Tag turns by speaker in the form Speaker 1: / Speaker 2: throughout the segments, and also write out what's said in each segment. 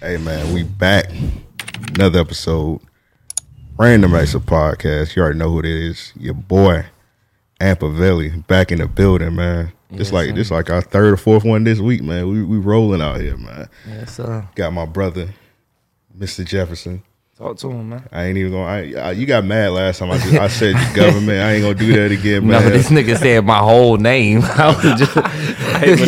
Speaker 1: Hey man, we back. Another episode. Random Acts Podcast. You already know who it is. Your boy, Ampavelli, back in the building, man. It's like this like our third or fourth one this week, man. We we rolling out here, man.
Speaker 2: Yes, sir.
Speaker 1: Got my brother, Mr. Jefferson.
Speaker 2: Talk to him, man.
Speaker 1: I ain't even gonna. I, I, you got mad last time. I, just, I said government. I ain't gonna do that again,
Speaker 2: No,
Speaker 1: man.
Speaker 2: this nigga said my whole name. I was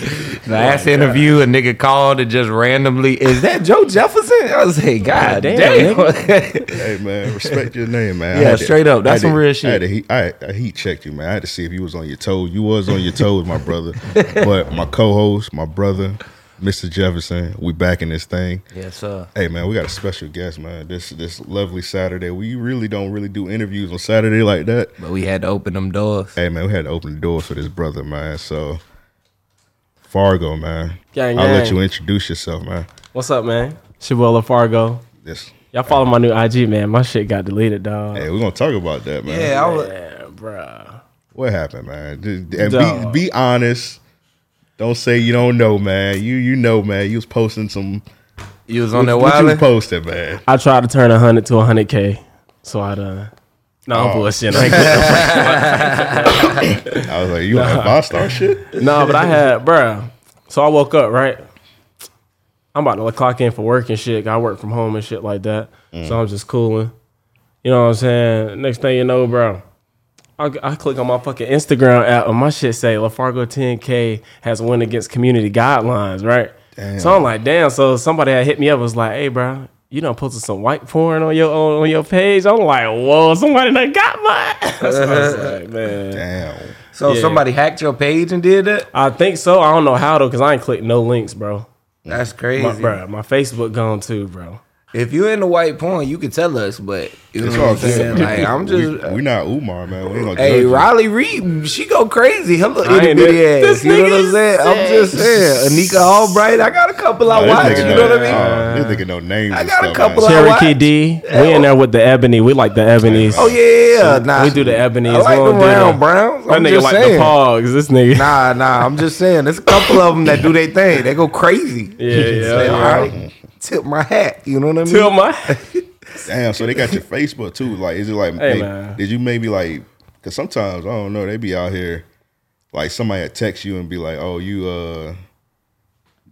Speaker 2: just. Last interview, a nigga called and just randomly, is that Joe Jefferson? I was like, God
Speaker 3: damn,
Speaker 2: damn.
Speaker 1: Hey man, respect your name, man. I
Speaker 2: Yeah,
Speaker 1: had to-
Speaker 2: straight up.
Speaker 1: I had
Speaker 2: That's some
Speaker 1: to-
Speaker 2: real
Speaker 1: I, had
Speaker 2: shit.
Speaker 1: to heat, I, had- I heat checked you, man. I had to see if you was on your toes. You was on your toes, my brother. But my co-host, my brother, Mr. Jefferson, we back in this thing.
Speaker 2: yes, sir.
Speaker 1: Hey man, we got a special guest, man. This this lovely Saturday. We really don't really do interviews on Saturday like that.
Speaker 2: But we had to open them doors.
Speaker 1: Hey man, we had to open the doors for this brother, man. So Fargo, man.
Speaker 3: Gang,
Speaker 1: I'll let
Speaker 3: gang.
Speaker 1: you introduce yourself, man.
Speaker 3: What's up, man? Shibuela Fargo.
Speaker 1: This,
Speaker 3: Y'all follow my new IG, man. My shit got deleted, dog.
Speaker 1: hey, we're gonna talk about that, man.
Speaker 2: Yeah, I was,
Speaker 3: Yeah, bruh.
Speaker 1: What happened, man? Just- And
Speaker 3: Dog.
Speaker 1: be, be honest. Don't say you don't know, man. You you know, man. You was posting some.
Speaker 2: you was
Speaker 1: what,
Speaker 2: on that
Speaker 1: what you
Speaker 2: wild.
Speaker 1: posted, man.
Speaker 3: I tried to turn 100 to 100K, so I done. No, I'm bullshit.
Speaker 1: I was like, you have five star shit.
Speaker 3: no, but I had, bruh. So I woke up, right? I'm about to clock in for work and shit. I work from home and shit like that. So I'm just cooling. You know what I'm saying? Next thing you know, bro, I, I click on my fucking Instagram app and my shit say LaFargo 10K has win against community guidelines, right? So I'm like, damn. So somebody had hit me up was like, hey, bro, you done posted some white porn on your on, on your page. I'm like, whoa, somebody done got mine. so I was like, man.
Speaker 1: Damn.
Speaker 2: So
Speaker 3: Yeah.
Speaker 2: somebody hacked your page and did that?
Speaker 3: I think so. I don't know how though, cause I ain't clicked no links, bro.
Speaker 2: That's
Speaker 3: My,
Speaker 2: crazy.
Speaker 3: bro, my Facebook gone too, bro.
Speaker 2: If you're in the white porn, you could tell us, but you
Speaker 1: It's
Speaker 2: know what
Speaker 1: all
Speaker 2: I'm saying?
Speaker 1: good.
Speaker 2: Like, I'm just.
Speaker 1: we, we not Umar, man. We ain't gonna
Speaker 2: Hey,
Speaker 1: judge you.
Speaker 2: Riley Reed, she go crazy. Her little itty
Speaker 3: ain't
Speaker 2: bitty
Speaker 3: that-
Speaker 2: ass.
Speaker 3: this
Speaker 2: You know what
Speaker 3: nigga
Speaker 2: I'm saying? I'm just saying. Anika Albright, I got a couple I
Speaker 1: Oh, this
Speaker 2: watch. You
Speaker 1: nigga
Speaker 2: know what I mean?
Speaker 1: oh, this nigga know names.
Speaker 2: I
Speaker 1: and
Speaker 2: got a
Speaker 1: stuff,
Speaker 2: couple
Speaker 1: man.
Speaker 2: of-
Speaker 3: Cherokee
Speaker 2: what?
Speaker 3: D, we in there with the ebony. We like the ebonies.
Speaker 2: oh, yeah. Nah.
Speaker 3: we do the ebonies.
Speaker 2: I like
Speaker 3: we
Speaker 2: the
Speaker 3: don't do
Speaker 2: round
Speaker 3: the,
Speaker 2: browns.
Speaker 3: that
Speaker 2: I'm
Speaker 3: nigga
Speaker 2: just
Speaker 3: like
Speaker 2: saying.
Speaker 3: the pogs. This nigga.
Speaker 2: Nah, nah. I'm just saying. There's a couple of them that do their thing. They go crazy.
Speaker 3: Yeah, yeah,
Speaker 2: Say,
Speaker 3: yeah.
Speaker 2: All right, tip my hat. You know what I mean?
Speaker 3: Till my
Speaker 1: Damn. So they got your Facebook too. Like, is it like?
Speaker 3: Hey,
Speaker 1: may-
Speaker 3: man.
Speaker 1: Did you maybe like? Because sometimes I don't know. They be out here. Like somebody will text you and be like, "Oh, you uh."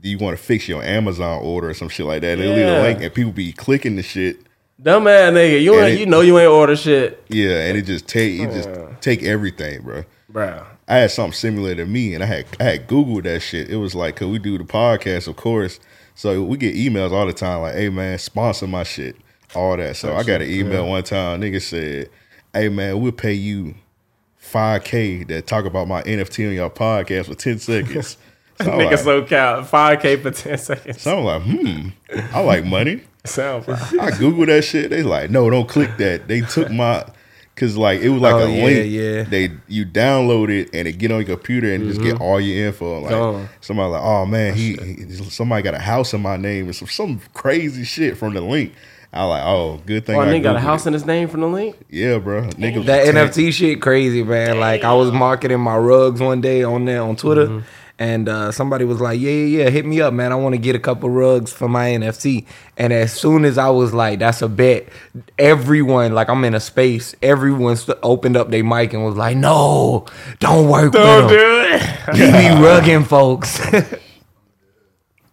Speaker 1: Do you want to fix your Amazon order or some shit like that? They leave a
Speaker 3: Yeah.
Speaker 1: link and people be clicking the shit.
Speaker 3: dumb ass nigga. You
Speaker 1: And
Speaker 3: ain't,
Speaker 1: it-
Speaker 3: you know you ain't order shit,
Speaker 1: Yeah, and it just take it just take everything, bro.
Speaker 3: bro.
Speaker 1: I had something similar to me, and I had I had Googled that shit. It was like, could we do the podcast? Of course. So we get emails all the time, like, hey man, sponsor my shit, all that. So I got an email one time. Nigga said, hey man, we'll pay you five k to talk about my NFT on your podcast for ten seconds. So I'm,
Speaker 3: Nigga,
Speaker 1: like,
Speaker 3: so count five k for ten seconds.
Speaker 1: so I'm like, hmm, I like money.
Speaker 3: Sound bro.
Speaker 1: I Googled that shit. They like, no, don't click that. They took my cause like it was like
Speaker 2: Oh,
Speaker 1: a
Speaker 2: yeah,
Speaker 1: link.
Speaker 2: yeah.
Speaker 1: They you download it and it get on your computer and just
Speaker 3: Mm-hmm.
Speaker 1: get all your info. Like
Speaker 3: Gone.
Speaker 1: somebody like, oh man, he, he- somebody got a house in my name and some some crazy shit from the link. I like, oh, good thing.
Speaker 3: Oh,
Speaker 1: I
Speaker 3: nigga got a
Speaker 1: Googled
Speaker 3: house
Speaker 1: it.
Speaker 3: in his name from the link.
Speaker 1: Yeah, bro. Nigga,
Speaker 2: That
Speaker 1: was-
Speaker 2: NFT shit crazy, man. Like I was marketing my rugs one day on there on Twitter, and uh, somebody was like, "Yeah, yeah, yeah, hit me up, man. I want to get a couple rugs for my NFT." And as soon as I was like, "That's a bet," everyone like I'm in a space. Everyone st- opened up their mic and was like, "No, don't work
Speaker 3: Don't
Speaker 2: with them.
Speaker 3: do it.
Speaker 2: He be rugging folks."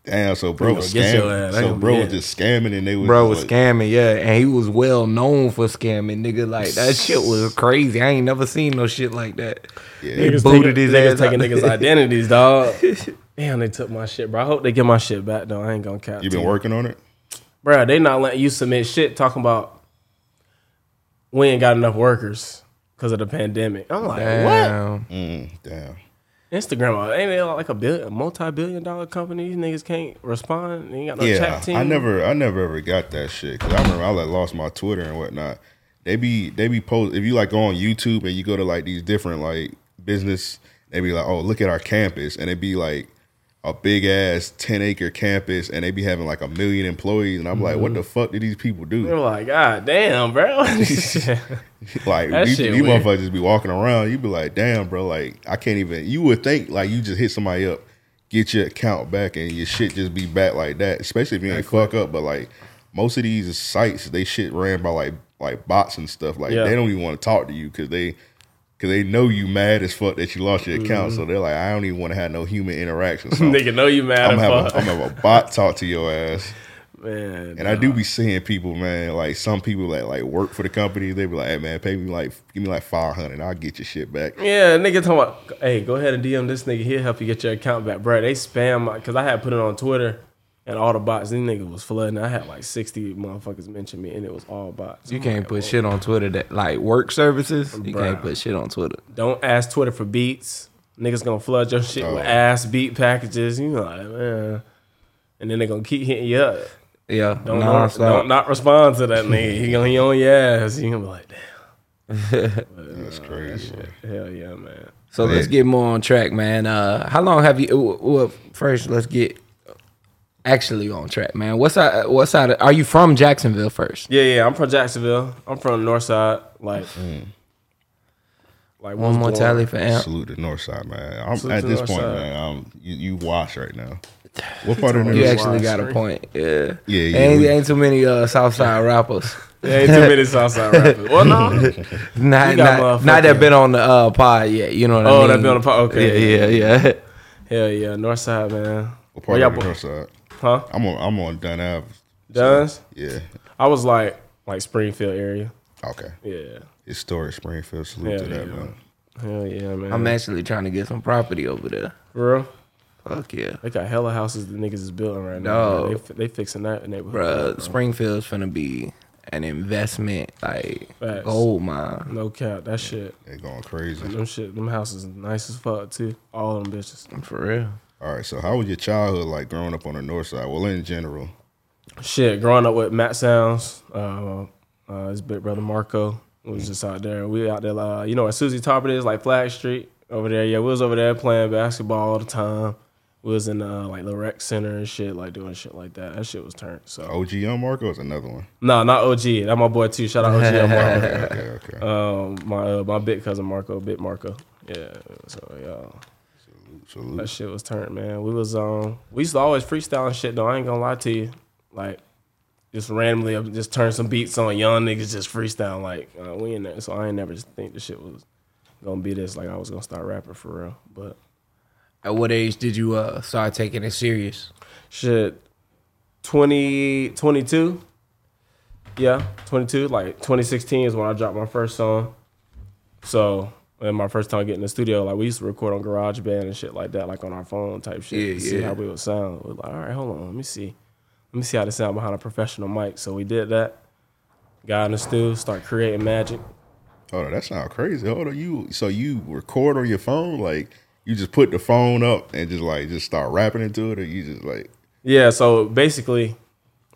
Speaker 1: Damn, so bro was
Speaker 3: gonna get your
Speaker 1: scamming.
Speaker 3: ass. They
Speaker 1: So
Speaker 3: gonna
Speaker 1: bro
Speaker 3: get
Speaker 1: was just scamming and they was
Speaker 2: Bro was
Speaker 1: just like,
Speaker 2: scamming, yeah, and he was well known for scamming, nigga. Like that shit was crazy. I ain't never seen no shit like that.
Speaker 1: Yeah.
Speaker 2: He
Speaker 3: Niggas
Speaker 2: booted his
Speaker 3: taking- niggas
Speaker 2: ass
Speaker 3: taking
Speaker 2: out.
Speaker 3: niggas' identities, dog. Damn, they took my shit, bro. I hope they get my shit back though. I ain't gonna count.
Speaker 1: You been working on it?
Speaker 3: bro. They not letting you submit shit talking about we ain't got enough workers because of the pandemic. I'm like, what?
Speaker 2: Damn.
Speaker 1: Mm, damn.
Speaker 3: Instagram uh, ain't they like a billion, multi-billion dollar company? These niggas can't respond. They ain't got no
Speaker 1: yeah,
Speaker 3: chat team.
Speaker 1: I never, I never ever got that shit. Cause I remember I like lost my Twitter and whatnot. They be, they be post. If you like go on YouTube and you go to like these different like business, they be like, oh, look at our campus, and it be like a big ass ten acre campus, and they be having like a million employees, and I'm like,
Speaker 3: Mm-hmm.
Speaker 1: what the fuck do these people
Speaker 3: They're
Speaker 1: do?
Speaker 3: like, God damn, bro.
Speaker 1: like
Speaker 3: That
Speaker 1: these,
Speaker 3: shit
Speaker 1: these
Speaker 3: weird.
Speaker 1: motherfuckers just be walking around. You be like, damn, bro, like I can't even. You would think like you just hit somebody up. get your account back and your shit just be back like that. Especially if you ain't fuck up. But like most of these sites, they shit ran by like like bots and stuff. Like
Speaker 3: Yeah.
Speaker 1: they don't even want to talk to you because they because they know you mad as fuck that you lost your account. So they're like, I don't even want to have no human interaction. So
Speaker 3: Mm-hmm. Nigga, know you mad
Speaker 1: I'm
Speaker 3: as
Speaker 1: gonna have
Speaker 3: fuck.
Speaker 1: a, I'm gonna have a bot talk to your ass.
Speaker 3: Man,
Speaker 1: And I do be seeing people, man. Like some people that like work for the company, they be like, "Hey, man, pay me like give me like five hundred, I'll get your shit back."
Speaker 3: Yeah, nigga talking about, hey, go ahead and DM this nigga. He'll help you get your account back, bro. They spam my, cause I had put it on Twitter and all the bots. These niggas was flooding. I had like sixty motherfuckers mention me, and it was all bots.
Speaker 4: You
Speaker 3: I'm
Speaker 4: can't
Speaker 3: like,
Speaker 4: put
Speaker 3: "Whoa."
Speaker 4: shit on Twitter that like work services. You
Speaker 3: Bruh.
Speaker 4: can't put shit on Twitter.
Speaker 3: Don't ask Twitter for beats. Niggas gonna flood your shit
Speaker 1: Oh.
Speaker 3: with ass beat packages. You know, like, man. And then they gonna keep hitting you up.
Speaker 4: Yeah,
Speaker 3: Don't,
Speaker 4: nah,
Speaker 3: not, don't not respond to that nigga. He gonna he on your ass. You gonna be like, damn.
Speaker 1: That's crazy.
Speaker 3: Hell yeah, man.
Speaker 4: So let's get more on track, man. Uh, how long have you? Well, well, first let's get actually on track, man. What's side? What side? Are you from Jacksonville first?
Speaker 3: Yeah, yeah. I'm from Jacksonville. I'm from the North Side. Like, like
Speaker 4: One
Speaker 3: was
Speaker 4: more
Speaker 3: born-
Speaker 4: tally for Amp.
Speaker 1: Salute the North Side, man. I'm,
Speaker 3: Salute
Speaker 1: at
Speaker 3: to
Speaker 1: this
Speaker 3: North
Speaker 1: point,
Speaker 3: Side.
Speaker 1: man, I'm, you, you wash right now. What part of the
Speaker 4: You
Speaker 1: North?
Speaker 4: actually
Speaker 3: Wild
Speaker 4: got a
Speaker 3: Street.
Speaker 4: point. Yeah.
Speaker 1: Yeah, yeah,
Speaker 4: Ain't,
Speaker 1: we-
Speaker 4: ain't too many uh, Southside rappers.
Speaker 3: There ain't too many Southside rappers. Well, no.
Speaker 4: Not,
Speaker 3: We got
Speaker 4: not, not that
Speaker 3: motherfucking-
Speaker 4: been on the uh, pod yet. You know what I
Speaker 3: Oh,
Speaker 4: mean?
Speaker 3: that been on the pod, okay.
Speaker 4: Yeah, yeah, yeah.
Speaker 3: Hell yeah, Northside man.
Speaker 1: What part
Speaker 3: Where y'all
Speaker 1: of the
Speaker 3: bo-
Speaker 1: North Side?
Speaker 3: huh?
Speaker 1: I'm on. I'm on Dunn Ave.
Speaker 3: Duns?
Speaker 1: Yeah.
Speaker 3: I was like like Springfield area.
Speaker 1: Okay.
Speaker 3: Yeah.
Speaker 1: Historic Springfield. Salute
Speaker 3: Yeah,
Speaker 1: to that,
Speaker 3: yeah.
Speaker 1: man.
Speaker 3: Hell yeah, man.
Speaker 4: I'm actually trying to get some property over there.
Speaker 3: For real.
Speaker 4: Fuck yeah.
Speaker 3: They got hella houses the niggas is building right now.
Speaker 4: No.
Speaker 3: man. They, they fixing that neighborhood.
Speaker 4: Bruh, Springfield's finna be an investment, like
Speaker 3: Facts.
Speaker 4: gold mine.
Speaker 3: No cap, that shit.
Speaker 1: They going crazy.
Speaker 3: Them shit, them houses nice as fuck too. All them bitches.
Speaker 4: For real.
Speaker 1: All right. So, how was your childhood like growing up on the North Side? Well, in general.
Speaker 3: Shit, growing up with Matt Sounds, uh, uh, his big brother Marco was just out there. We out there, uh, you know where Susie Tarpon is, like Flag Street over there. Yeah, we was over there playing basketball all the time. We was in uh, like the rec center and shit, like doing shit like that. That shit was turned. So
Speaker 4: Oh.
Speaker 1: OG on Marco is another one.
Speaker 3: no, not OG. That my boy too. Shout out OG. I'm Marco.
Speaker 1: Okay. Okay. okay.
Speaker 3: Um, my uh, my big cousin Marco, big Marco. Yeah. So yeah,
Speaker 1: Salute.
Speaker 3: that shit was turned, man. We was um, we used to always freestyle and shit. Though I ain't gonna lie to you, like just randomly, I would just turn some beats on. Young niggas just freestyle like uh, we in there. So I ain't never just think the shit was gonna be this. Like I was gonna start rapping for real, but
Speaker 4: At what age did you uh, start taking it serious?
Speaker 3: shit, 20, 22? Yeah, 22. Like 2016 is when I dropped my first song. So, and my first time getting in the studio, like we used to record on GarageBand and shit like that, like on our phone type shit.
Speaker 4: Yeah,
Speaker 3: to See
Speaker 4: yeah.
Speaker 3: how we would sound. We're like, all right, hold on, let me see. Let me see how this sound behind a professional mic. So we did that. Got in the studio, start creating magic.
Speaker 1: Hold on, that sounds crazy. Hold on, you so you record on your phone, like you just put the phone up and just like just start rapping into it, or you just like
Speaker 3: Yeah, so basically,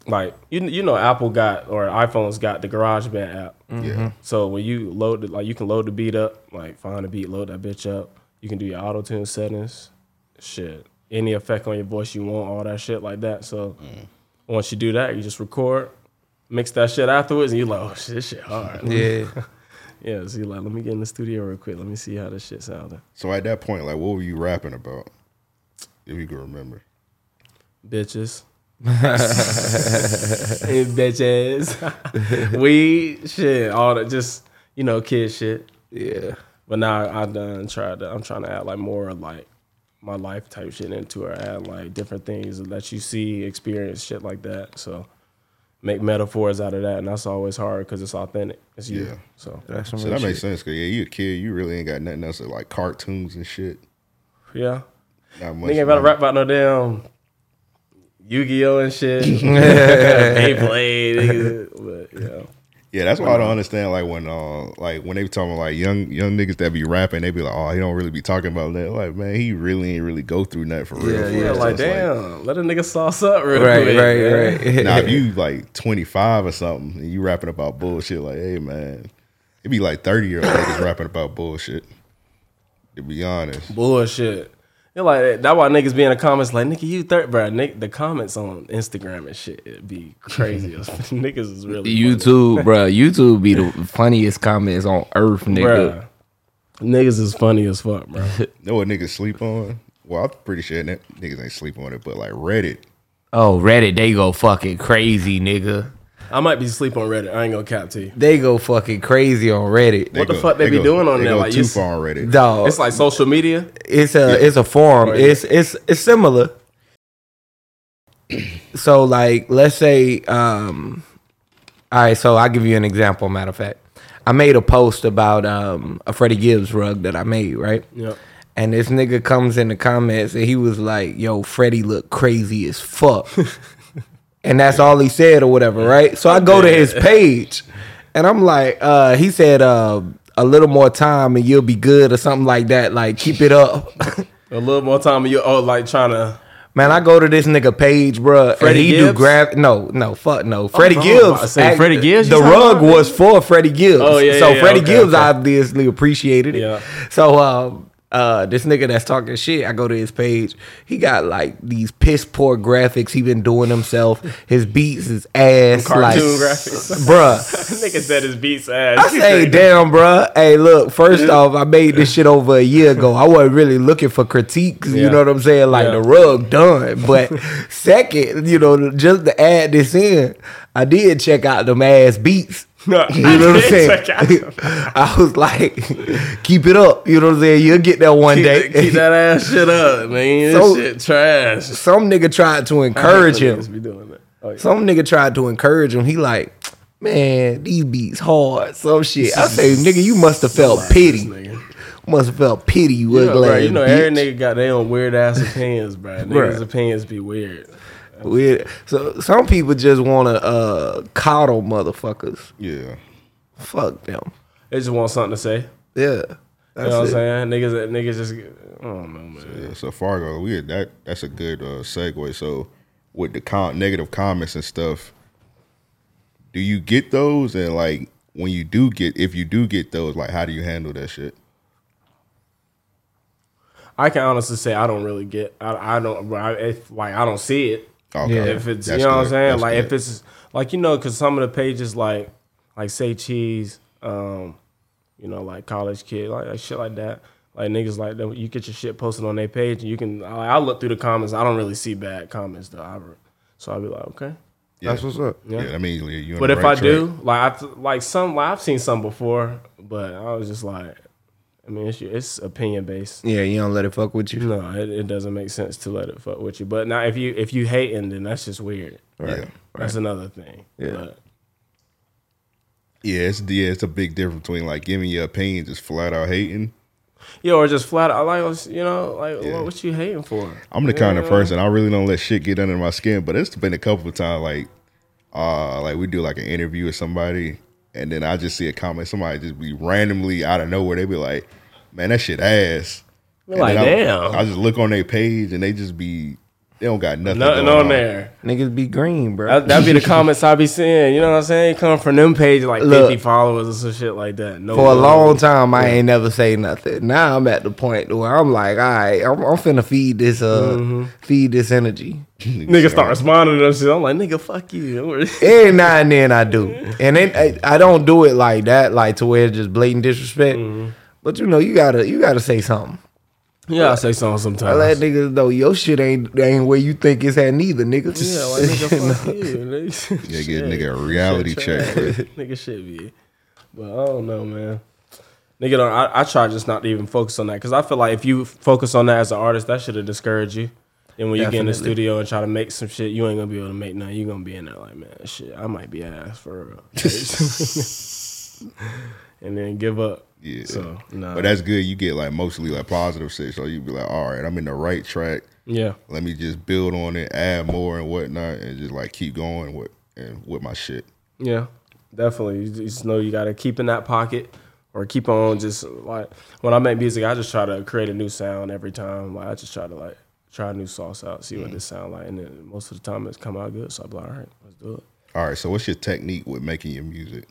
Speaker 3: like you you know, Apple got or iPhones got the GarageBand
Speaker 4: Mm-hmm.
Speaker 3: app.
Speaker 1: yeah,
Speaker 3: So when you load it, like you can load the beat up, like find a beat, load that bitch up. You can do your auto tune settings, shit, any effect on your voice you want, all that shit like that. So once you do that, you just record, mix that shit afterwards, and you like, oh shit, this shit hard.
Speaker 4: Yeah.
Speaker 3: yeah, so you like, let me get in the studio real quick, let me see how this shit sounded.
Speaker 1: So at that point, like, what were you rapping about? If you can remember,
Speaker 3: Bitches. Eh, bitches. Weed, shit, all that, just, you know, kid shit.
Speaker 4: yeah.
Speaker 3: But now I done tried to. I'm trying to add like more like my life type shit into it. Add like different things that you see, experience, shit like that. So make metaphors out of that, and that's always hard because it's authentic. It's you.
Speaker 1: Yeah.
Speaker 3: So
Speaker 4: That's some
Speaker 1: so that makes sense. Cause yeah, you a kid, you really ain't got nothing else like cartoons and shit.
Speaker 3: yeah,
Speaker 1: Not much.
Speaker 3: nigga ain't about to
Speaker 1: man.
Speaker 3: rap about no damn Yu-Gi-Oh and shit. Beyblade, nigga. but yeah.
Speaker 1: Yeah, that's why I don't understand. Like when, uh, like when they be talking about, like young young niggas that be rapping, they be like, oh, he don't really be talking about that. Like man, he really ain't really go through nothing for real. for
Speaker 4: Yeah,
Speaker 3: Yeah,
Speaker 1: real. So
Speaker 3: like
Speaker 1: it's like,
Speaker 3: damn, let a nigga sauce up real
Speaker 4: Right,
Speaker 3: quick. man.
Speaker 4: right, right.
Speaker 1: now if you like 25 or something and you rapping about bullshit like hey man it'd be like 30 year old niggas rapping about bullshit to be honest
Speaker 3: bullshit. They're like that. That's why niggas be in the comments like, "Nigga, you third, bro." Nick, the comments on Instagram and shit it be crazy. as- niggas is really
Speaker 4: YouTube, bro. YouTube be the funniest comments on earth,
Speaker 3: funny,
Speaker 4: nigga.
Speaker 3: bruh. Niggas is funny as fuck, bro.
Speaker 1: know what niggas sleep on Well, I'm pretty sure that niggas ain't sleeping on it, but like Reddit.
Speaker 5: Oh, Reddit, they go fucking crazy, nigga.
Speaker 3: I might be asleep on Reddit. I ain't gonna cap to you.
Speaker 2: They go fucking crazy on Reddit.
Speaker 1: They
Speaker 3: What the fuck they be
Speaker 1: go-
Speaker 3: doing on
Speaker 1: they
Speaker 3: there?
Speaker 1: Go
Speaker 3: Like,
Speaker 1: too
Speaker 3: you-
Speaker 1: far on Reddit.
Speaker 2: Dog,
Speaker 3: It's like social media.
Speaker 2: it's a it's a forum. It's it's it's similar. so like let's say um all right, so I'll give you an example, matter of fact. I made a post about um a Freddie Gibbs rug that I made, right?
Speaker 3: Yep.
Speaker 2: And this nigga comes in the comments and he was like, Yo, Freddie look crazy as fuck. and that's all he said or whatever, right? So I go to his page and I'm like, uh, he said uh a little more time and you'll be good or something like that. Like, keep it up.
Speaker 3: A little more time, and you're oh, like trying to.
Speaker 2: Man, I go to this nigga page, bruh,
Speaker 3: Freddie
Speaker 2: and he do
Speaker 3: Gibbs? Oh,
Speaker 2: grab. No, no, fuck no. Freddie
Speaker 3: I was about to
Speaker 2: Gibbs.
Speaker 3: say, Freddie Gibbs you
Speaker 2: The
Speaker 3: talking
Speaker 2: rug
Speaker 3: about?
Speaker 2: was for Freddie Gibbs.
Speaker 3: Oh, yeah,
Speaker 2: So
Speaker 3: yeah, yeah,
Speaker 2: Freddie
Speaker 3: okay,
Speaker 2: Gibbs
Speaker 3: okay.
Speaker 2: obviously appreciated it.
Speaker 3: Yeah.
Speaker 2: So um, uh, this nigga that's talking shit, I go to his page. He got like these piss poor graphics he been doing himself. His beats is ass.
Speaker 3: Cartoon
Speaker 2: like,
Speaker 3: graphics.
Speaker 2: bruh.
Speaker 3: nigga said his beats ass.
Speaker 2: I say, damn, bruh. Hey, look. First off, I made this shit over a year ago. I wasn't really looking for critiques. You
Speaker 3: Yeah.
Speaker 2: know what I'm saying? Like
Speaker 3: Yeah.
Speaker 2: the rug done. But second, you know, just to add this in, I did check out them ass beats.
Speaker 3: No,
Speaker 2: you
Speaker 3: I
Speaker 2: know what I'm
Speaker 3: did
Speaker 2: saying?
Speaker 3: check out them.
Speaker 2: I was like, keep it up. You know what I'm saying? You'll get there one
Speaker 3: keep,
Speaker 2: day.
Speaker 3: that- keep that ass shit up, man.
Speaker 2: So-
Speaker 3: this shit trash.
Speaker 2: Some nigga tried to encourage him.
Speaker 3: Niggas Be doing that. Oh, yeah.
Speaker 2: Some nigga tried to encourage him. He like, man, these beats hard. Some shit. I say, nigga, you must have felt pity.
Speaker 3: Nigga.
Speaker 2: Must have felt pity. You
Speaker 3: You
Speaker 2: ugly
Speaker 3: know, bro,
Speaker 2: ass
Speaker 3: you know every
Speaker 2: bitch.
Speaker 3: nigga got their own weird ass opinions, bro. Niggas'
Speaker 2: Bruh.
Speaker 3: opinions be weird.
Speaker 2: Weird. So some people just want to uh, coddle motherfuckers.
Speaker 1: Yeah.
Speaker 2: Fuck them.
Speaker 3: They just want something to say.
Speaker 2: Yeah.
Speaker 3: You know what I'm
Speaker 2: That's it.
Speaker 3: saying? Niggas, niggas just. I don't know, man.
Speaker 1: Yeah, so Fargo, we that that's a good uh, segue. So with the com- negative comments and stuff, do you get those? And like when you do get, if you do get those, like how do you handle that shit?
Speaker 3: I can honestly say I don't really get. I, I don't. I, if, like I don't see it.
Speaker 1: Okay.
Speaker 3: If it's
Speaker 1: That's
Speaker 3: you know what I'm
Speaker 1: good.
Speaker 3: saying.
Speaker 1: That's
Speaker 3: Like if
Speaker 1: good.
Speaker 3: it's like you know, because some of the pages like like say cheese, um, you know, like college kid, like, like shit like that. Like niggas like that. You get your shit posted on their page, and you can. I, I look through the comments. I don't really see bad comments though. I, re- so I'll be like, okay.
Speaker 2: That's what's up.
Speaker 1: yeah, I mean, you- you. on
Speaker 3: But
Speaker 1: the
Speaker 3: if I
Speaker 1: right track.
Speaker 3: do, like I th- like some, like, I've seen some before, but I was just like, I mean, it's, it's opinion
Speaker 1: Mm.
Speaker 3: based.
Speaker 2: Yeah, you don't let it fuck with you.
Speaker 3: No, it, it doesn't make sense to let it fuck with you. But now, if you if you hating, then that's just weird.
Speaker 1: yeah,
Speaker 3: That's another thing.
Speaker 2: Yeah.
Speaker 3: But
Speaker 1: yeah, it's yeah, it's a big difference between like giving your opinion, just flat out hating.
Speaker 3: yeah, or just flat out like you know, like what, what you hating for?
Speaker 1: I'm the kind of person I really don't let shit get under my skin. But it's been a couple of times like, uh, like we do like an interview with somebody, and then I just see a comment. Somebody just be randomly out of nowhere. They be like, "Man, that shit ass." And
Speaker 3: like,
Speaker 1: then
Speaker 3: damn.
Speaker 1: I, I just look on their page and they just be they don't got nothing,
Speaker 3: Nothing
Speaker 1: going
Speaker 3: on there.
Speaker 2: Niggas be green, bro.
Speaker 3: That, that'd be the comments I be seeing. You know what I'm saying? Come from them page like
Speaker 2: Look.
Speaker 3: 50 followers or some shit like that. No,
Speaker 2: For a long time, I ain't never say nothing. Now I'm at the point where I'm like, all right, I'm, I'm finna feed this, uh,
Speaker 3: Mm-hmm.
Speaker 2: feed this energy.
Speaker 3: nigga start responding to them shit. I'm like, nigga, fuck you.
Speaker 2: Every now and then I do, and then I, I don't do it like that, like to where it's just blatant disrespect.
Speaker 3: Mm-hmm.
Speaker 2: But you know, you gotta you gotta say something.
Speaker 3: yeah, I say something sometimes.
Speaker 2: I
Speaker 4: Uh-huh.
Speaker 2: let niggas know your shit ain't ain't where you think it's at neither, nigga.
Speaker 3: Yeah, like nigga, fuck you, nigga.
Speaker 1: Yeah,
Speaker 3: Shit.
Speaker 1: give nigga a reality check. bro.
Speaker 3: nigga should be. But I don't know, man. Nigga, don't, I, I try just not to even focus on that because I feel like if you focus on that as an artist, that should have discouraged you. And when you get in the
Speaker 2: Definitely.
Speaker 3: studio and try to make some shit, you ain't gonna be able to make nothing. You gonna be in there like, man, shit, I might be ass for real. and then give up.
Speaker 1: Yeah.
Speaker 3: So nah.
Speaker 1: But that's good. You get like mostly like positive shit. So you be like, all right, I'm in the right track.
Speaker 3: yeah.
Speaker 1: Let me just build on it, add more and whatnot, and just like keep going with and with my shit.
Speaker 3: Yeah, definitely. You just know you got to keep in that pocket or keep on just like when I make music, I just try to create a new sound every time. Like I just try to like try a new sauce out, see what this sound like, and then most of the time it's come out good. So I'm like, all right, let's do it.
Speaker 1: All right, so what's your technique with making your music?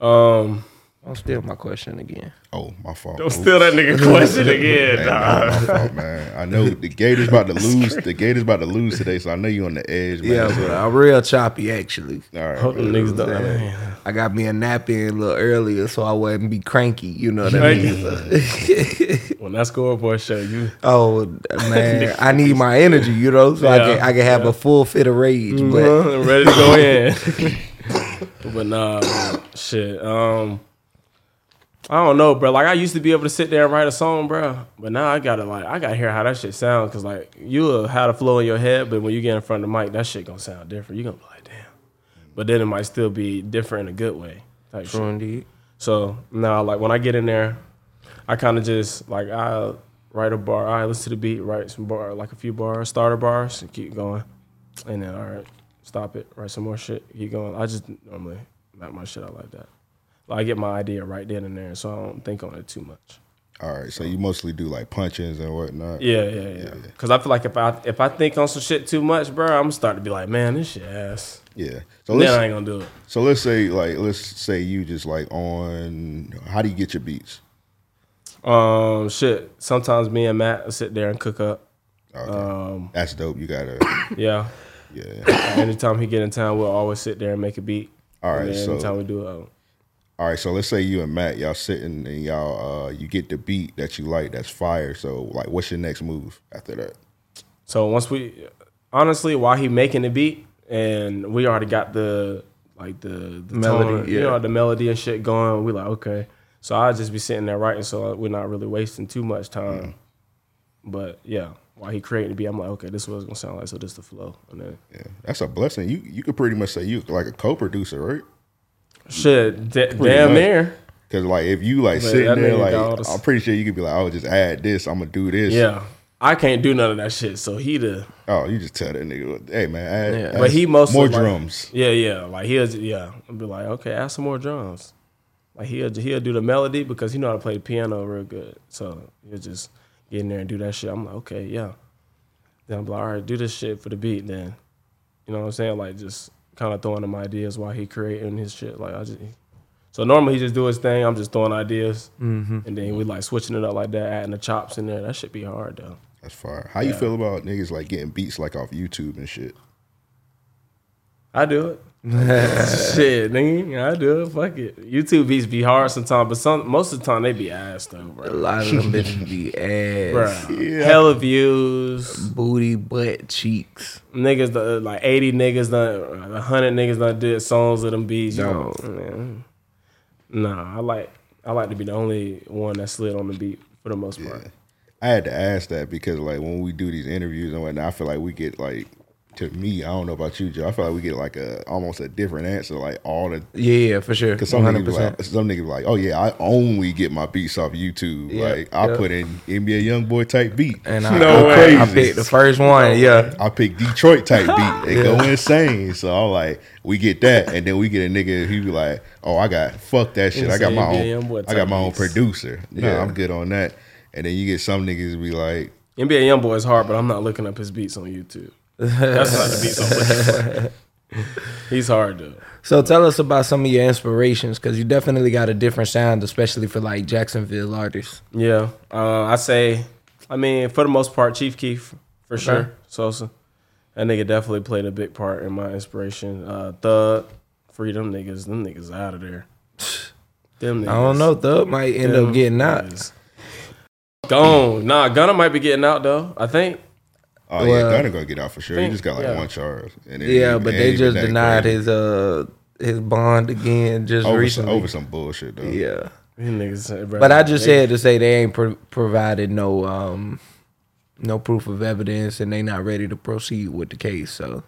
Speaker 3: Um,
Speaker 4: Don't steal my question again.
Speaker 1: Oh, my fault.
Speaker 3: Don't steal that nigga question again.
Speaker 1: Man,
Speaker 3: nah.
Speaker 1: nah, my fault, man. I know the Gators about to lose. The Gators about to lose today, so I know you on the edge, man.
Speaker 4: Yeah, but I'm real choppy actually.
Speaker 1: So, all right.
Speaker 3: Hope them niggas don't.
Speaker 4: I got me a nap in a little earlier so I wouldn't be cranky. You know what I mean?
Speaker 3: When that scoreboard show you,
Speaker 4: oh man, I need my energy. You know, so I
Speaker 3: Yeah,
Speaker 4: can I can have a full fit of rage. But
Speaker 3: I'm ready to go in. but nah, man, shit. Um, I don't know, bro. Like I used to be able to sit there and write a song, bro. But now I gotta like I gotta hear how that shit sounds because like you had a flow in your head, but when you get in front of the mic, that shit gonna sound different. You gonna be like, damn. But then it might still be different in a good way. Type shit.
Speaker 4: indeed.
Speaker 3: So now, like when I get in there, I kind of just like I write a bar, I listen to the beat, write some bar, like a few bars, starter bars, and keep going, and then all right, stop it, write some more shit, keep going. I just normally map my shit out like that. Like, I get my idea right then and there, so I don't think on it too much.
Speaker 1: All right. So you mostly do like punch-ins and whatnot.
Speaker 3: Yeah, yeah, yeah. Because I feel like if I if I think on some shit too much, bro, I'm gonna start to be like, man, this shit ass.
Speaker 1: Yeah. So
Speaker 3: Then
Speaker 1: let's
Speaker 3: I ain't gonna do it.
Speaker 1: so let's say like let's say you just like on how do you get your beats?
Speaker 3: Um, shit. Sometimes me and Matt will sit there and cook up.
Speaker 1: Okay.
Speaker 3: Um,
Speaker 1: That's dope. You gotta
Speaker 3: yeah.
Speaker 1: yeah.
Speaker 3: Anytime he get in town, we'll always sit there and make a beat.
Speaker 1: All right,
Speaker 3: And then
Speaker 1: so-
Speaker 3: anytime we do uh, it,
Speaker 1: All right. So let's say you and Matt y'all sitting and y'all uh you get the beat that you like that's fire. So like what's your next move after that?
Speaker 3: so once we, honestly, while he making the beat, and we already got the like the, the
Speaker 4: Melody,
Speaker 3: tone, you
Speaker 4: yeah.
Speaker 3: know, the melody and shit going. We like okay, so I just be sitting there writing, so we're not really wasting too much
Speaker 1: Mm.
Speaker 3: time. But yeah, while he creating the beat, I'm like, okay, this is what it's gonna sound like. So this the flow, and then
Speaker 1: Yeah. That's a blessing. You you could pretty much say you like a co-producer, right?
Speaker 3: shit, da-
Speaker 1: Pretty
Speaker 3: damn
Speaker 1: much.
Speaker 3: near,
Speaker 1: Cause like if you like
Speaker 3: Man,
Speaker 1: sitting
Speaker 3: that
Speaker 1: there
Speaker 3: nigga
Speaker 1: like
Speaker 3: got all this-
Speaker 1: I'm pretty sure you could be like, oh just add this, I'm gonna do this.
Speaker 3: yeah. I can't do none of that shit. So he the
Speaker 1: Oh, you just tell that nigga, hey man, add,
Speaker 4: Yeah.
Speaker 1: add
Speaker 3: But he mostly
Speaker 1: more
Speaker 3: like-
Speaker 1: drums.
Speaker 3: Yeah, yeah. Like he'll yeah. I'll be like, okay, add some more drums. Like he'll he'll do the melody because he know how to play the piano real good. So he'll just get in there and do that shit. I'm like, okay, yeah. Then I'm like, all right, do this shit for the beat then. You know what I'm saying? Like just kind of throwing him ideas while he creating his shit. Like I just so normally he just do his thing. I'm just throwing ideas, and then we like switching it up like that, adding the chops in there. That should be hard though.
Speaker 1: That's fire. How you feel about niggas like getting beats like off YouTube and shit?
Speaker 3: I do it. Shit, nigga, I do it. Fuck it. YouTube beats be hard sometimes, but some most of the time they be ass though,
Speaker 4: A
Speaker 3: bro.
Speaker 4: lot of them bitches be ass,
Speaker 3: Bruh. Hella views.
Speaker 4: booty, butt, cheeks.
Speaker 3: Niggas done, like eighty niggas done, uh, hundred niggas done did songs of them beats. You
Speaker 4: No.
Speaker 3: know, man. Nah, I like I like to be the only one that slid on the beat for the most part.
Speaker 1: I had to ask that because like when we do these interviews and whatnot, I feel like we get like to me, I don't know about you, Joe. I feel like we get like a almost a different answer, like all the
Speaker 4: Yeah, yeah, for sure.
Speaker 1: because some niggas
Speaker 4: Hundred
Speaker 1: be
Speaker 4: percent.
Speaker 1: like, some niggas be like, oh yeah, I only get my beats off YouTube.
Speaker 4: Yeah,
Speaker 1: like I
Speaker 4: yeah.
Speaker 1: put in NBA YoungBoy type beat,
Speaker 4: And I,
Speaker 3: No
Speaker 4: I,
Speaker 3: way.
Speaker 4: I picked the first one. Yeah.
Speaker 1: I pick Detroit type beat. They go insane. So I'm like, we get that, and then we get a nigga. He be like, oh, I got fuck that shit. I got my
Speaker 3: Insane Young Boy
Speaker 1: own. I got my
Speaker 3: type
Speaker 1: own
Speaker 3: beats.
Speaker 1: producer. No,
Speaker 4: Yeah.
Speaker 1: I'm good on that. And then you get some niggas be like,
Speaker 3: NBA YoungBoy is hard, but I'm not looking up his beats on YouTube. That's not the beats I'm looking for. He's hard though.
Speaker 4: So tell us about some of your inspirations, because you definitely got a different sound, especially for like Jacksonville artists.
Speaker 3: Yeah, uh, I say, I mean, for the most part, Chief Keef for sure. Sosa, that nigga definitely played a big part in my inspiration. Uh, Thug, freedom niggas, them niggas out of there. Them niggas.
Speaker 4: I don't know, Thug might end
Speaker 3: Them
Speaker 4: up getting out.
Speaker 3: niggas. Gone. Nah, Gunna might be getting out though. I think.
Speaker 1: oh
Speaker 4: Well,
Speaker 1: yeah, Gunna gonna get out for sure. he
Speaker 3: think-
Speaker 1: just got like
Speaker 3: yeah.
Speaker 1: one charge. And it
Speaker 4: Yeah,
Speaker 1: ain't-
Speaker 4: but
Speaker 1: it
Speaker 4: they
Speaker 1: ain't even
Speaker 4: just
Speaker 1: that
Speaker 4: denied
Speaker 1: crazy.
Speaker 4: his uh his bond again just
Speaker 1: over some,
Speaker 4: recently.
Speaker 1: over some bullshit though.
Speaker 4: Yeah.
Speaker 3: These niggas, eh, bruh,
Speaker 4: But I just
Speaker 3: they-
Speaker 4: said to say they ain't pro- provided no um no proof of evidence and they not ready to proceed with the case. So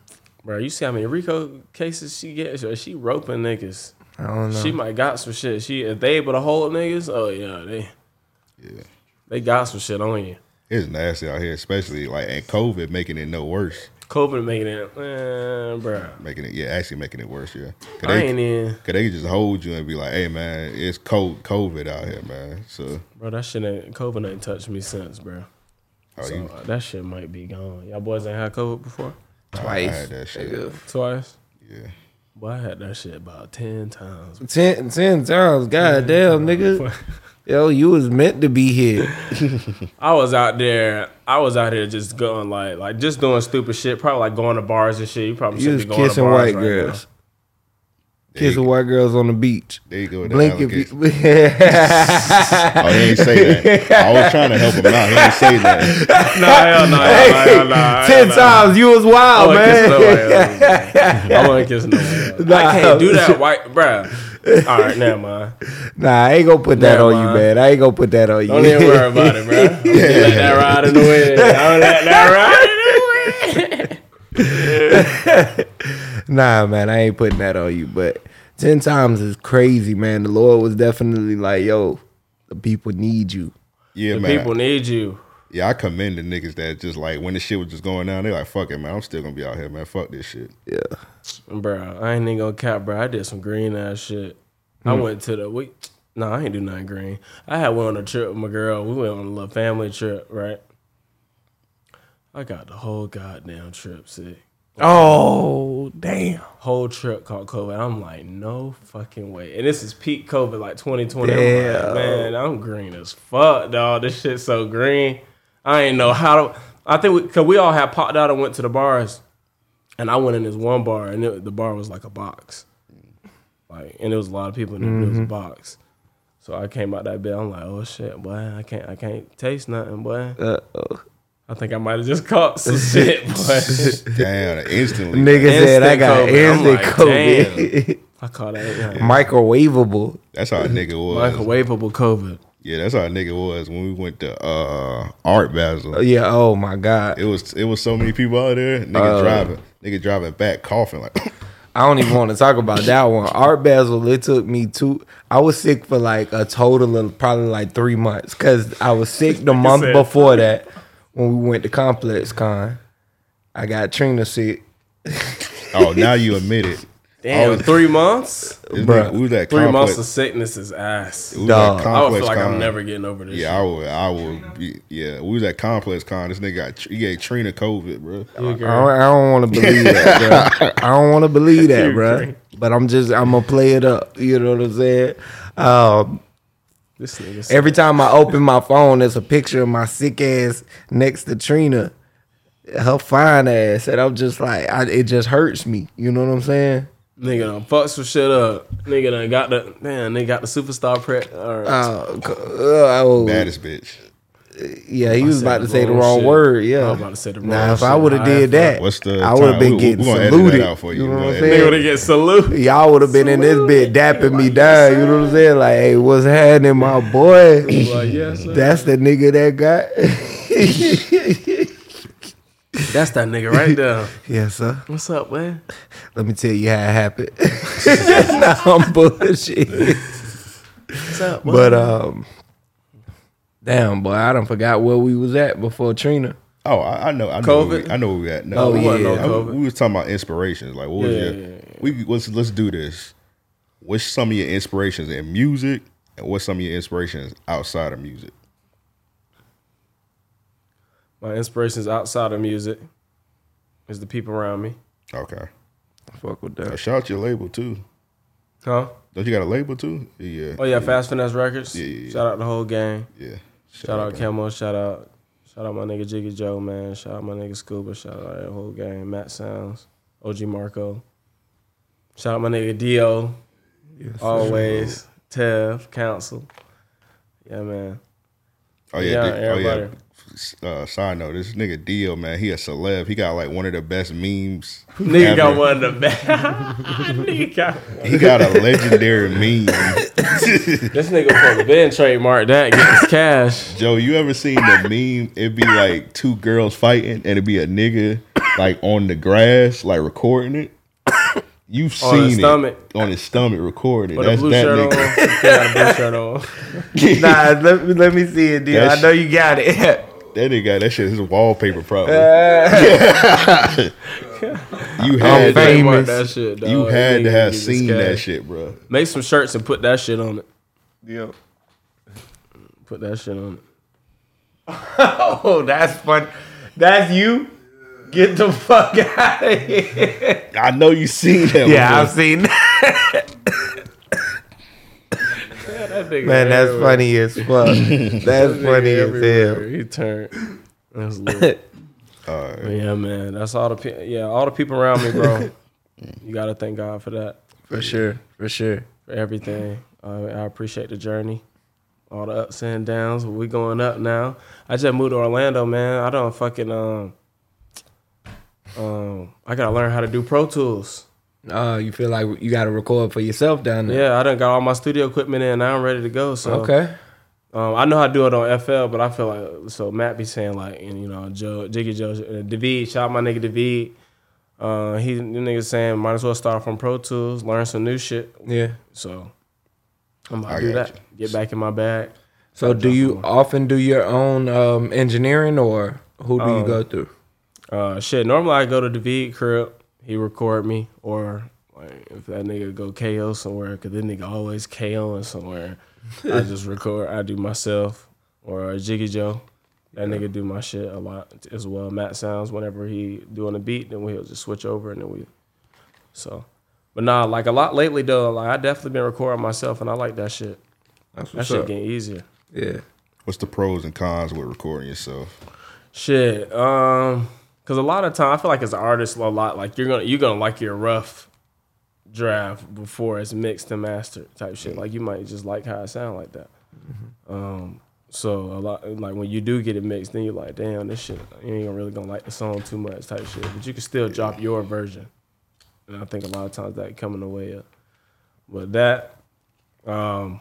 Speaker 3: Bro, you see how many Rico cases she gets? She roping niggas.
Speaker 4: I don't know.
Speaker 3: She might got some shit. She if they able to hold niggas, oh yeah, they
Speaker 1: Yeah.
Speaker 3: they got some shit on you.
Speaker 1: It's nasty out here, especially like and COVID making it no worse,
Speaker 3: COVID making it, eh, man, bro.
Speaker 1: making it yeah, actually making it worse. Yeah, 'Cause
Speaker 3: I
Speaker 1: they-
Speaker 3: ain't e- in,
Speaker 1: Cause they could just hold you and be like, "Hey man, it's cold COVID out here, man." So,
Speaker 3: bro. That shit ain't COVID ain't touched me since, bro.
Speaker 1: oh,
Speaker 3: So
Speaker 1: you,
Speaker 3: uh, that shit might be gone. Y'all boys ain't had COVID before,
Speaker 1: I
Speaker 4: twice.
Speaker 1: had that shit.
Speaker 4: nigga.
Speaker 3: twice.
Speaker 1: yeah,
Speaker 3: Boy, I had that shit about ten times.
Speaker 2: Ten, ten times. God damn, nigga. Yo, you was meant to be here.
Speaker 3: I was out there. I was out here just going like, like just doing stupid shit. Probably like going to bars and shit. You probably
Speaker 2: You
Speaker 3: should
Speaker 2: was
Speaker 3: be going to
Speaker 2: kissing
Speaker 3: bars
Speaker 2: white
Speaker 3: right
Speaker 2: girls.
Speaker 1: you
Speaker 2: Kissing white girls on the beach.
Speaker 1: There you go. with the
Speaker 2: Blink if
Speaker 1: alligator.
Speaker 2: you.
Speaker 1: Oh, he ain't say that. I was trying to help him out. He ain't say that.
Speaker 3: Now. Nah, hell no,
Speaker 2: Hey,
Speaker 3: hell no, hell
Speaker 2: ten
Speaker 3: no.
Speaker 2: times. You was
Speaker 3: I
Speaker 2: wild,
Speaker 3: wasn't kissing
Speaker 2: man.
Speaker 3: nobody else. I wasn't kissing nobody. else. I can't do that, white bruh. All right, never mind.
Speaker 2: Nah, I ain't gonna put that
Speaker 3: Never
Speaker 2: on you,
Speaker 3: mind.
Speaker 2: man. I ain't gonna put that on you.
Speaker 3: Don't even worry about it, bruh. I'm gonna Let that ride in the wind. Don't let that ride in the wind.
Speaker 2: Nah, man, I ain't putting that on you. But ten times is crazy, man. The Lord was definitely like, "Yo, the people need you."
Speaker 1: Yeah,
Speaker 3: The
Speaker 1: man.
Speaker 3: people need you.
Speaker 1: Yeah, I commend the niggas that just like when the shit was just going down, they like, fuck it, man. I'm still gonna be out here, man. Fuck this shit.
Speaker 2: Yeah,
Speaker 3: Bro, I ain't even gonna cap, bro. I did some green ass shit. I went to the we. No, I ain't do nothing green. I had one on a trip with my girl. We went on a little family trip, right? I got the whole goddamn trip sick.
Speaker 6: Oh damn.
Speaker 3: Whole trip caught COVID. I'm like, no fucking way. And this is peak COVID, like 2020. I'm
Speaker 2: Damn.
Speaker 3: like, man, I'm green as fuck, dog. This shit's so green. I ain't know how to. I think we, cause we all had popped out and went to the bars, and I went in this one bar, and it, the bar was like a box, like, and there was a lot of people in there. but It was a box, so I came out that bed. I'm like, oh shit, boy, I can't, I can't taste nothing, boy. I think I might have just caught some shit, boy.
Speaker 1: Damn, instantly.
Speaker 2: nigga said I
Speaker 3: Instant
Speaker 2: got
Speaker 3: COVID. I'm
Speaker 2: instant
Speaker 3: like,
Speaker 2: COVID,
Speaker 3: I caught that. Yeah.
Speaker 2: microwavable.
Speaker 1: That's how a nigga was.
Speaker 3: Microwavable COVID.
Speaker 1: Yeah, that's how a nigga was when we went to uh Art Basel.
Speaker 2: Yeah. Oh my god.
Speaker 1: It was it was so many people out there.
Speaker 2: Oh,
Speaker 1: Nigga driving, nigga driving back, coughing like.
Speaker 2: I don't even want to talk about that one. Art Basel. It took me two. I was sick for like a total of probably like three months because I was sick the month
Speaker 3: said.
Speaker 2: before that when we went to Complex Con. I got Trina sick.
Speaker 1: oh, now you admit it.
Speaker 3: Damn,
Speaker 1: Oh,
Speaker 3: three months.
Speaker 1: This
Speaker 2: Bruh.
Speaker 1: nigga- we was at
Speaker 3: Three months
Speaker 1: complex.
Speaker 3: of sickness is ass.
Speaker 1: we was at
Speaker 2: Dog. I would
Speaker 3: I would feel
Speaker 1: Complex
Speaker 3: like
Speaker 1: Con.
Speaker 3: I'm never getting over this.
Speaker 1: Yeah, I would. I would. Be, yeah, we was at Complex Con. This nigga got he gave Trina COVID, bro.
Speaker 3: shit.
Speaker 2: I don't, I don't want to believe that, bro. I don't want to believe that, bro. But I'm just, I'm gonna play it up. You know what I'm saying? Um,
Speaker 3: This nigga.
Speaker 2: every time I open my phone, there's a picture of my sick ass next to Trina, her fine ass, and I'm just like, I, it just hurts me. You know what I'm saying?
Speaker 3: Nigga done fucked some shit up. Nigga done got the man. They got the superstar prep. Or
Speaker 2: Uh, c- uh, oh,
Speaker 1: Baddest bitch.
Speaker 2: yeah, he was
Speaker 3: said
Speaker 2: about
Speaker 3: the
Speaker 2: to say the
Speaker 3: wrong
Speaker 2: wrong
Speaker 3: shit.
Speaker 2: word. Yeah,
Speaker 3: I was about to say the wrong
Speaker 2: Now, if
Speaker 3: shit.
Speaker 2: I would have
Speaker 3: I
Speaker 2: did
Speaker 3: have-
Speaker 2: that,
Speaker 1: What's the
Speaker 2: I would
Speaker 1: time?
Speaker 2: have been
Speaker 1: We-
Speaker 2: getting
Speaker 1: we gonna edit that
Speaker 2: saluted.
Speaker 1: out for you.
Speaker 2: you
Speaker 1: We
Speaker 2: know what
Speaker 1: gonna
Speaker 2: I'm
Speaker 1: edit
Speaker 2: saying?
Speaker 3: nigga would get salute.
Speaker 2: y'all would have been in this bit dapping me down. You know what I'm saying? Like, hey, what's happening, my boy?
Speaker 3: Like yes, sir.
Speaker 2: That's the nigga that got.
Speaker 3: that's that nigga right there.
Speaker 2: yes, sir.
Speaker 3: What's up, man?
Speaker 2: Let me tell you how it happened. nah, I'm bullshit.
Speaker 3: What's up? What?
Speaker 2: But um, damn boy, I done forgot where we was at before Trina.
Speaker 1: Oh, I, I know. I know. Where
Speaker 3: COVID?
Speaker 1: we, I know where we at. No,
Speaker 2: Oh,
Speaker 1: we wasn't
Speaker 2: yeah.
Speaker 1: on
Speaker 2: I-
Speaker 1: COVID. we was talking about inspirations. Like, what was
Speaker 3: Yeah,
Speaker 1: your?
Speaker 3: yeah, yeah.
Speaker 1: We let's let's do this. What's some of your inspirations in music, and what's some of your inspirations outside of music?
Speaker 3: My inspirations outside of music is the people around me.
Speaker 1: Okay.
Speaker 2: Fuck with
Speaker 1: Now,
Speaker 2: that.
Speaker 1: shout out your label too.
Speaker 3: Huh?
Speaker 1: Don't you got a label too? Yeah.
Speaker 3: Oh yeah, Fast Finesse Records.
Speaker 1: Yeah, yeah, yeah.
Speaker 3: Shout out the whole gang.
Speaker 1: Yeah. Shout,
Speaker 3: Shout out
Speaker 1: to-
Speaker 3: Camo. Shout out. Shout out my nigga Jiggy Joe, man. Shout out my nigga Scuba. Shout out that whole gang. Matt Sounds. OG Marco. Shout out my nigga Dio.
Speaker 4: Oh,
Speaker 3: Always. Tev. Council. Yeah, man.
Speaker 1: Oh
Speaker 3: Yeah,
Speaker 1: yeah. Dick- oh yeah.
Speaker 3: everybody.
Speaker 1: Uh, side note: This nigga Dio, man, he a celeb. He got like one of the best memes.
Speaker 3: Nigga
Speaker 1: ever.
Speaker 3: got one of the best. nigga got
Speaker 1: He got a legendary meme.
Speaker 3: This nigga fucking been trademarked that. Get his cash.
Speaker 1: Joe, you ever seen the meme? It'd be like two girls fighting, and it'd be a nigga like on the grass, like recording it. You've
Speaker 3: On
Speaker 1: seen
Speaker 3: his
Speaker 1: it
Speaker 3: stomach.
Speaker 1: on his stomach recording.
Speaker 3: With
Speaker 1: That's
Speaker 3: a blue
Speaker 1: that
Speaker 3: shirt on.
Speaker 1: nigga.
Speaker 3: He got a blue shirt on.
Speaker 2: Nah, let me let me see it, dude.
Speaker 1: That's-
Speaker 2: I know you got it.
Speaker 1: That nigga got that shit. His wallpaper probably. you had
Speaker 2: fam-
Speaker 1: to,
Speaker 3: Trademarked
Speaker 2: Famous.
Speaker 3: That shit, dog.
Speaker 1: you had
Speaker 3: Oh, Nigga
Speaker 1: to have
Speaker 3: get his
Speaker 1: seen
Speaker 3: cash.
Speaker 1: that shit, bro.
Speaker 3: Make some shirts and put that shit on it.
Speaker 2: Yeah.
Speaker 3: Put that shit on it.
Speaker 2: Oh, that's fun. That's you.
Speaker 3: Get the fuck out of here.
Speaker 1: I know you seen that.
Speaker 4: Yeah, I've
Speaker 1: before.
Speaker 4: seen that. Man, that's funny as fuck. That's funny as hell.
Speaker 3: He turned. That's lit. But yeah, man. That's all the pe- yeah, all the people around me, bro. you gotta thank God for that,
Speaker 4: For sure. For sure.
Speaker 3: for everything. Uh, I appreciate the journey, all the ups and downs. We going up now. I just moved to Orlando, man. I don't fucking um um. I gotta learn how to do Pro Tools.
Speaker 4: Uh, you feel like you got to record for yourself down there.
Speaker 3: Yeah, I done got all my studio equipment in. Now I'm ready to go. So
Speaker 4: Okay.
Speaker 3: Um, I know how to do it on FL, but I feel like so Matt be saying like and you know Joe Jiggy Joe uh, David shout out my nigga David. Uh, he the nigga saying might as well start from Pro Tools, learn some new shit.
Speaker 4: Yeah.
Speaker 3: So I'm
Speaker 1: I
Speaker 3: gonna do
Speaker 1: got
Speaker 3: that. Get back in my bag.
Speaker 4: So do you often do your own um, engineering or who do you go through?
Speaker 3: Uh, shit. Normally I go to David crib. He record me or like if that nigga go KO somewhere, cause that nigga always KOing somewhere. I just record. I do myself or Jiggy Joe. That nigga do my shit a lot as well. Matt sounds whenever he doing a beat, then we'll just switch over and then we. So, but nah, like a lot lately though. Like I definitely been recording myself and I like that shit.
Speaker 4: That's
Speaker 3: That
Speaker 4: what's
Speaker 3: shit
Speaker 4: up.
Speaker 3: getting easier.
Speaker 4: Yeah.
Speaker 1: What's the pros and cons with recording yourself?
Speaker 3: Shit, um, because a lot of time I feel like as an artist, a lot like you're gonna you're gonna like your rough draft before it's mixed and mastered type shit. Like you might just like how it sound like that. Um, so a lot like when you do get it mixed, then you're like, damn, this shit you ain't really gonna like the song too much type shit. But you can still drop your version, and I think a lot of times that coming the way up. But that, um,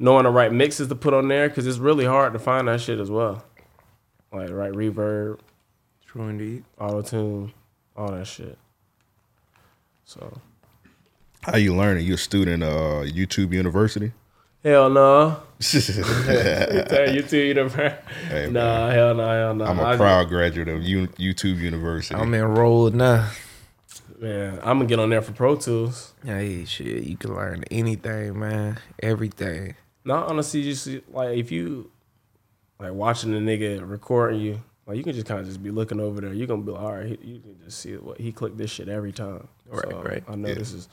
Speaker 3: knowing the right mixes to put on there because it's really hard to find that shit as well like right reverb,
Speaker 4: True indeed.
Speaker 3: auto tune, all that shit. So
Speaker 1: How you learning? You a student at uh, YouTube University?
Speaker 3: hell no,
Speaker 1: I'm
Speaker 3: Hey, you too, you the man.
Speaker 1: man.
Speaker 3: Nah, hell no, hell no.
Speaker 1: a
Speaker 3: I-
Speaker 1: proud graduate of U- YouTube University.
Speaker 4: I'm enrolled now.
Speaker 3: man. I'm gonna get on there for Pro Tools.
Speaker 4: Hey, shit, you can learn anything, man. Everything.
Speaker 3: Not honestly, just like if you like watching the nigga recording you, like you can just kind of just be looking over there. You're gonna be like, all right, he- you can just see what he clicked this shit every time.
Speaker 4: Right,
Speaker 3: So,
Speaker 4: right.
Speaker 3: I know this is,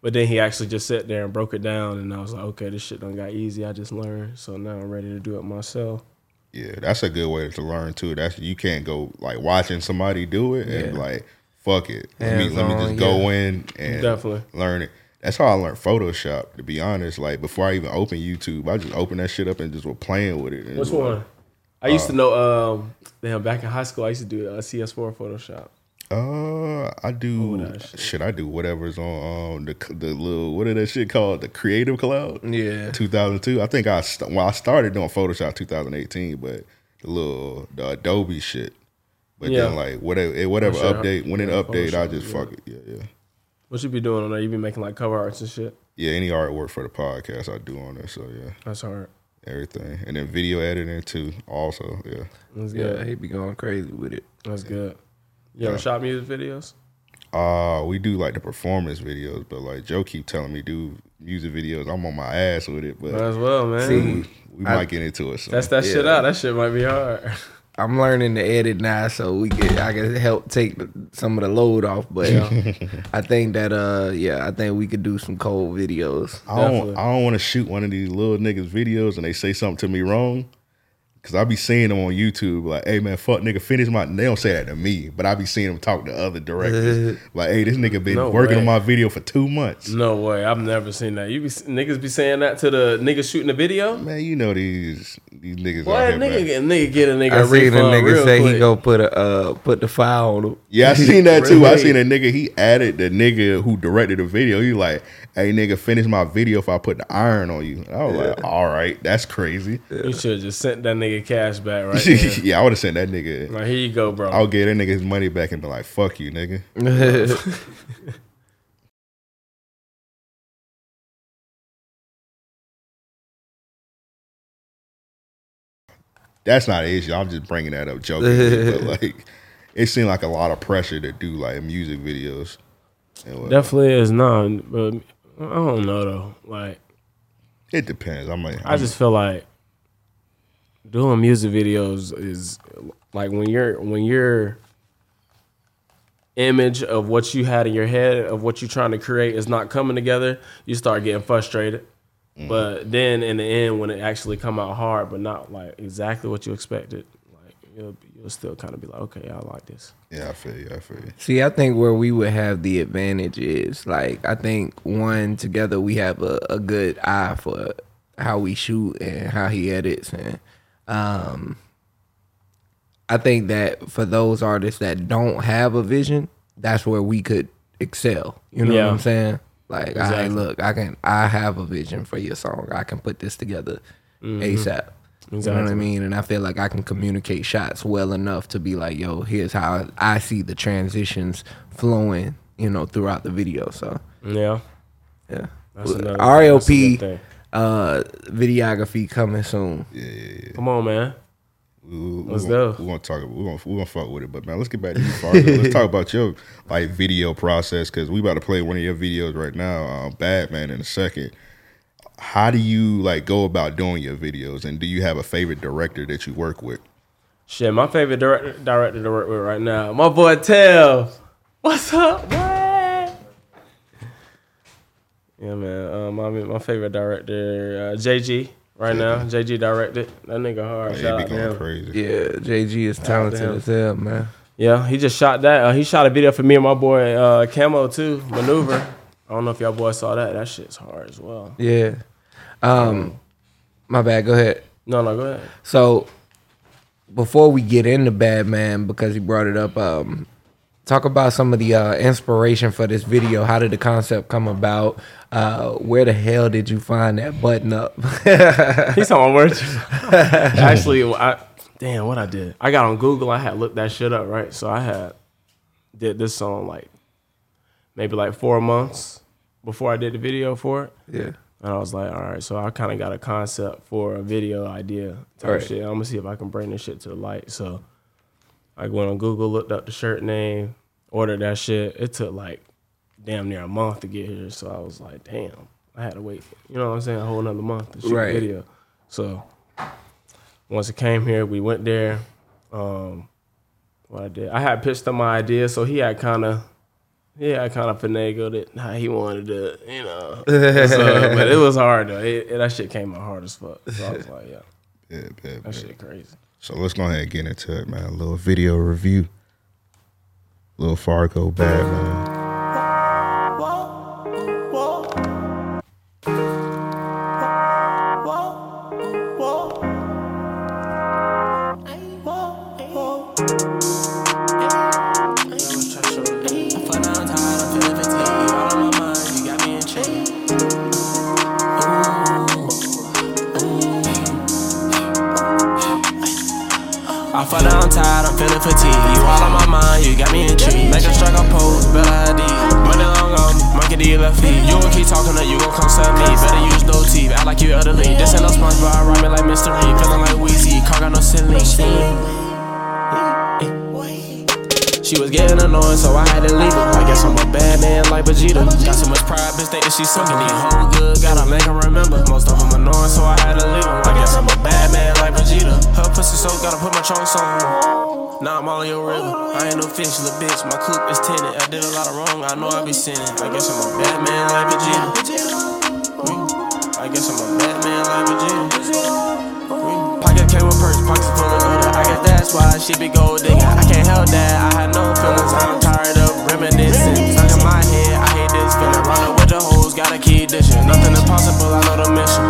Speaker 3: but then he actually just sat there and broke it down, and I was like, okay, this shit done got easy. I just learned, so now I'm ready to do it myself.
Speaker 1: Yeah, that's a good way to learn too. That's you can't go like watching somebody do it and
Speaker 4: Yeah.
Speaker 1: like fuck it. Let me,
Speaker 4: Hands
Speaker 1: let me
Speaker 4: on,
Speaker 1: just go in and
Speaker 3: Definitely.
Speaker 1: learn it. That's how I learned Photoshop. To be honest, like before I even opened YouTube, I just opened that shit up and just was playing with it. and
Speaker 3: Which
Speaker 1: just, like,
Speaker 3: one? I used to know. Um, damn, back in high school, I used to do uh, CS4 Photoshop.
Speaker 1: Uh, I do.
Speaker 3: that shit.
Speaker 1: shit. I do whatever's on um the c- the little what is that shit called the Creative Cloud?
Speaker 4: Yeah.
Speaker 1: 2002. I think I st- well I started doing Photoshop 2018, but the little the Adobe shit. But
Speaker 3: Yeah.
Speaker 1: then like whatever it, whatever
Speaker 3: Sure.
Speaker 1: update when it update, I
Speaker 3: Photoshop,
Speaker 1: just
Speaker 3: yeah.
Speaker 1: fuck it. Yeah, yeah,
Speaker 3: What you be doing on there? You be making like cover arts and shit.
Speaker 1: yeah. Any artwork for the podcast I do on there, so yeah,
Speaker 3: That's hard.
Speaker 1: everything, and then video editing too. Also, yeah.
Speaker 3: That's good.
Speaker 4: Yeah, he be going crazy with it.
Speaker 3: That's good. You ever shot music videos?
Speaker 1: Uh, we do like the performance videos, but like Joe keep telling me do music videos. I'm on my ass with it, but
Speaker 3: Might as well, man.
Speaker 4: See,
Speaker 1: we
Speaker 4: I-
Speaker 1: might get into it. Soon.
Speaker 3: That's that shit out. That shit might be hard.
Speaker 4: I'm learning to edit now, so we get I can help take the- some of the load off. But I think that uh, yeah, I think we could do some cold videos.
Speaker 1: I don't,
Speaker 3: Definitely.
Speaker 1: I don't want to shoot one of these little niggas videos and they say something to me wrong. Cause I be seeing them on YouTube, like, hey man, fuck nigga, finish my. They don't say that to me, but I be seeing them talk to other directors. like, hey, this nigga been
Speaker 3: No
Speaker 1: working on
Speaker 3: way.
Speaker 1: my video for two months.
Speaker 3: no way. I've never seen that. You be niggas be saying that to the niggas shooting the video.
Speaker 1: Man, you know these these niggas
Speaker 3: Boy,
Speaker 1: out here.
Speaker 3: nigga,
Speaker 1: man.
Speaker 3: get- nigga get a nigga.
Speaker 4: I seen a
Speaker 3: refund
Speaker 4: nigga
Speaker 3: real
Speaker 4: say
Speaker 3: quick.
Speaker 4: he gonna put a uh, put the file on him.
Speaker 1: Yeah, I seen that too. I
Speaker 4: Really?
Speaker 1: seen a nigga. He added the nigga who directed the video. He like, hey nigga, finish my video if I put the iron on you. And I was like, all right, that's crazy.
Speaker 3: You should have just sent that nigga cash back right
Speaker 1: Yeah,
Speaker 3: there.
Speaker 1: I would have sent that nigga.
Speaker 3: Like, here you go, bro.
Speaker 1: I'll get that nigga his money back and be like, fuck you, nigga. That's not an issue. I'm just bringing that up joking. but like, it seemed like a lot of pressure to do like music videos. And what-
Speaker 3: Definitely is not, but I don't know though. Like
Speaker 1: It depends. I'm like,
Speaker 3: I just feel like doing music videos is like when you're when you're image of what you had in your head of what you're trying to create is not coming together, you start getting frustrated. But then in the end, when it actually come out hard, but not like exactly what you expected, like you'll, you'll still kind of be like, okay, I like this.
Speaker 1: Yeah, I feel you. I feel you.
Speaker 2: See, I think where we would have the advantage is like I think one together we have a, a good eye for how we shoot and how he edits and um I think that for those artists that don't have a vision, that's where we could excel. You know
Speaker 3: Yeah.
Speaker 2: what I'm saying? Like, I
Speaker 3: Exactly.
Speaker 2: look, I can I have a vision for your song. I can put this together ASAP. You know what I
Speaker 3: Mm-hmm. Exactly.
Speaker 2: mean? And I feel like I can communicate shots well enough to be like, yo, here's how I see the transitions flowing, you know, throughout the video. So,
Speaker 3: Yeah,
Speaker 2: yeah.
Speaker 3: That's another- that's a good
Speaker 2: RLP
Speaker 3: thing.
Speaker 2: uh, videography coming soon.
Speaker 3: come on, man.
Speaker 1: We, we,
Speaker 3: Let's
Speaker 1: we gonna,
Speaker 3: go.
Speaker 1: We're gonna talk. We're gonna, we're gonna fuck with it. But man, let's get back to you, Fargo. let's talk about your like video process because we about to play one of your videos right now, um, Batman, in a second. How do you like go about doing your videos, and do you have a favorite director that you work with?
Speaker 3: Shit, my favorite director, director to work with right now, my boy Tell. What's up, man? Yeah, man. Um, I mean, my favorite director, uh, JG, right now. JG directed that nigga hard.
Speaker 1: Like,
Speaker 3: Shout
Speaker 1: it
Speaker 3: out
Speaker 1: be
Speaker 3: to
Speaker 1: going
Speaker 3: him.
Speaker 1: crazy.
Speaker 2: Yeah, JG is talented
Speaker 3: damn.
Speaker 2: as hell, man.
Speaker 3: Yeah, he just shot that. Uh, he shot a video for me and my boy uh, Camo too. Maneuver. I don't know if y'all boys saw that. That shit's hard as well.
Speaker 2: Yeah. Um, my bad. Go ahead.
Speaker 3: No, no, go ahead.
Speaker 2: So before we get into Batman, because you brought it up, um, talk about some of the uh, inspiration for this video. How did the concept come about? Uh, where the hell did you find that button up?
Speaker 3: He's on my word. Actually, I damn what I did. I got on Google. I had looked that shit up, right? So I had did this song like maybe like four months before I did the video for it,
Speaker 2: yeah.
Speaker 3: and I was like, all right. So I kind of got a concept for a video idea type
Speaker 2: Right.
Speaker 3: shit. I'm gonna see if I can bring this shit to the light. So I went on Google, looked up the shirt name, ordered that shit. It took like damn near a month to get here. So I was like, damn, I had to wait. You know what I'm saying? A whole another month to shoot
Speaker 2: Right.
Speaker 3: the video. So once it came here, we went there. Um, what I did, I had pitched him my idea, so he had kind of. Yeah, I kind of finagled it how he wanted to, you know. So, but it was hard though. It, it- that shit came out hard as fuck. So I was like, yeah,
Speaker 1: Yeah, yeah, yeah.
Speaker 3: that shit crazy.
Speaker 1: So let's go ahead and get into it, man. A little video review. Little Fargo bad man.
Speaker 7: But now I'm tired of feeling fatigued. All on my mind, you got me intrigued. Ooh, ooh. I fell down tired, I'm feeling fatigued. You all on my mind, you got me intrigued. Make a struggle pose, better ID. Money long on me, monkey D left feet. You gon' keep talking or you gon' come sub me. Better use no teeth, act like you elderly. This ain't no SpongeBob, I rhyme it like mystery. Feeling like Weezy, car got no ceiling. Mm. She was getting annoying, so I had to leave her. I guess I'm a bad man like Vegeta. Got so much pride, bitch, they she sucking these whole good. Gotta make her remember. Most of them annoying, so I had to leave them. I guess I'm a bad man like Vegeta. Her pussy so gotta put my trunks on. Now I'm all in your river. I ain't no fish, little bitch. My coop is tinted. I did a lot of wrong, I know I be sinning. I guess I'm a bad man like Vegeta. I guess I'm a bad man like Vegeta. Pocket came with purse, pockets full of odor. I guess that's why she be gold digger. I can't help that, I had no feelings. I'm tired of reminiscing. Stuck in my head, I hate this feeling. Running with the hoes, gotta keep dishing. Nothing impossible, I know the mission.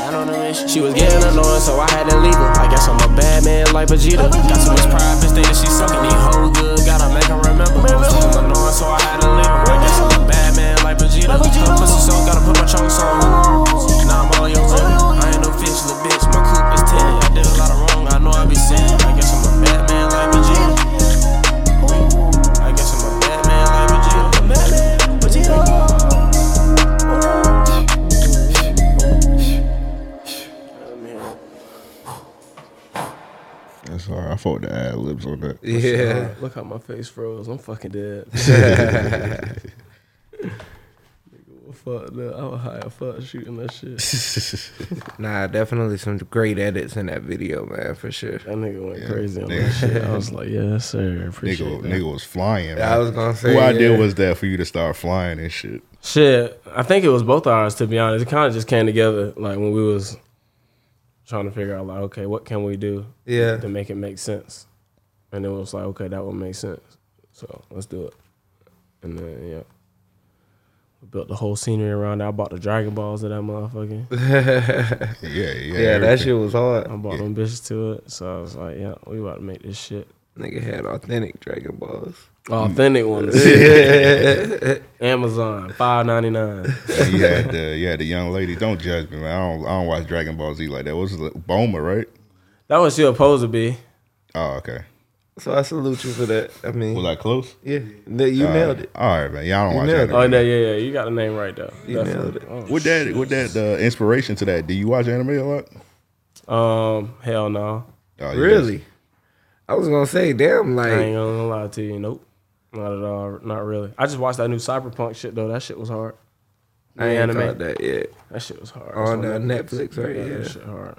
Speaker 7: I know the mission. She was getting annoying, so I had to leave her. I guess I'm a bad man like Vegeta. Got so much pride, bitch, they that she sucking. These hoes good, gotta make her remember. Most of them annoying, so I had to leave her. I guess I'm a bad man like Vegeta. Her pussy so gotta put my chunks on. Now I'm all your river. I ain't no fish, little bitch. My coop is tinted. I did a lot of wrong. I know I be sinning. I guess I'm a bad man like Vegeta. I guess I'm a bad man like Vegeta.
Speaker 1: That's all right. I fought the ad libs on that.
Speaker 2: Yeah.
Speaker 3: Uh, look how my face froze. I'm fucking dead. fucked up. I was high as fuck shooting that shit. that
Speaker 2: Nah, definitely some great edits in that video, man, for sure.
Speaker 3: nigga went
Speaker 1: Yeah,
Speaker 3: crazy on
Speaker 1: nigga.
Speaker 3: that shit. I was like, yes, sir. Appreciate
Speaker 1: Nigga,
Speaker 3: that.
Speaker 1: nigga was flying.
Speaker 2: Yeah, I
Speaker 1: man.
Speaker 2: was gonna say,
Speaker 1: Who idea
Speaker 2: yeah.
Speaker 1: was that for you to start flying and shit?
Speaker 3: Shit, I think it was both ours to be honest. It kind of just came together like when we was trying to figure out like, okay, what can we do
Speaker 2: Yeah.
Speaker 3: to make it make sense? And it was like, okay, that would make sense. So let's do it. And then yeah, we built the whole scenery around it. I bought the Dragon Balls of that motherfucker.
Speaker 1: Yeah, yeah, yeah.
Speaker 2: Yeah, that shit was hard.
Speaker 3: I bought them bitches to it. So I was like, yeah, we about to make this shit
Speaker 2: Nigga had authentic Dragon Balls.
Speaker 3: authentic ones. Amazon five ninety nine.
Speaker 1: shit. You had the you had the young lady. Don't judge me, man. I don't I don't watch Dragon Ball Z like that. What's the Boma, right?
Speaker 3: That was she supposed to be.
Speaker 1: Oh, okay.
Speaker 2: So I salute you for that. I mean,
Speaker 1: Was I close?
Speaker 2: yeah, that you
Speaker 1: Uh,
Speaker 2: nailed it.
Speaker 1: All right, man. Y'all don't
Speaker 2: You
Speaker 1: watch
Speaker 2: nailed
Speaker 1: that.
Speaker 2: it.
Speaker 3: Oh yeah, yeah, yeah. You got the name right though.
Speaker 2: You nailed it.
Speaker 3: Oh,
Speaker 1: What that what that uh, inspiration to that? Do you watch anime a lot?
Speaker 3: Um, hell no.
Speaker 1: Oh, you
Speaker 2: Really? I was gonna say, damn,
Speaker 3: I ain't
Speaker 2: like,
Speaker 3: gonna lie to you. Nope. Not at all. Not really. I just watched that new cyberpunk shit though. That shit was hard.
Speaker 2: I ain't
Speaker 3: anime.
Speaker 2: thought that yet.
Speaker 3: That shit was hard.
Speaker 2: On,
Speaker 3: It's
Speaker 2: uh, Netflix, right?
Speaker 3: Yeah,
Speaker 2: Yeah.
Speaker 3: that shit hard.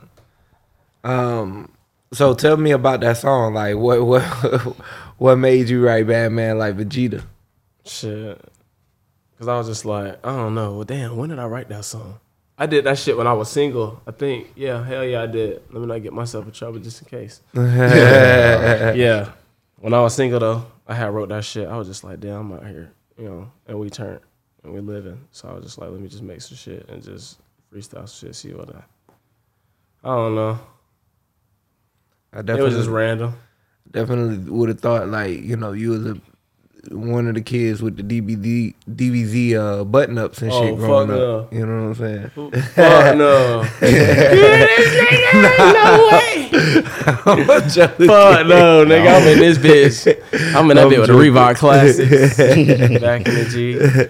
Speaker 2: Um, so tell me about that song. Like, what, what, what made you write Batman like Vegeta?
Speaker 3: Shit. Cause I was just like, I don't know. Well, damn. When did I write that song? I did that shit when I was single. I think. Yeah. Hell yeah, I did. Let me not get myself in trouble just in case. yeah. When I was single though, I had wrote that shit. I was just like, damn, I'm out here, you know. And we turned and we living. So I was just like, let me just make some shit and just freestyle some shit. See what I. I don't know.
Speaker 2: I
Speaker 3: It was
Speaker 2: definitely,
Speaker 3: just random.
Speaker 2: definitely would have thought like, you know, you was a one of the kids with the DBD, DBZ uh, button ups and
Speaker 3: Oh,
Speaker 2: shit growing
Speaker 3: fuck
Speaker 2: up. You know what I'm saying?
Speaker 3: Fuck no. Fuck no, nigga. I'm in this bitch. I'm in that bitch with the Reebok classics. Back in the G.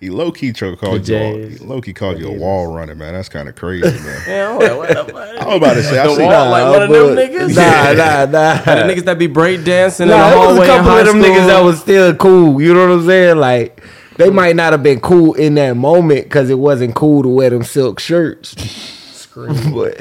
Speaker 1: He low key cho- called you a-
Speaker 3: Jays.
Speaker 1: low key called you a wall runner, man. That's kind of crazy, man.
Speaker 3: Man, I'm like, what the fuck?
Speaker 1: I was about to say, I
Speaker 3: The
Speaker 1: see,
Speaker 3: wall, like one of them
Speaker 2: but-
Speaker 3: niggas?
Speaker 2: Nah, nah,
Speaker 3: The
Speaker 2: nah.
Speaker 3: niggas that be break dancing in
Speaker 2: Nah,
Speaker 3: the
Speaker 2: there was
Speaker 3: hallway
Speaker 2: a couple
Speaker 3: in high
Speaker 2: of them
Speaker 3: school.
Speaker 2: niggas that was still cool. You know what I'm saying? Like they might not have been cool in that moment because it wasn't cool to wear them silk shirts. but,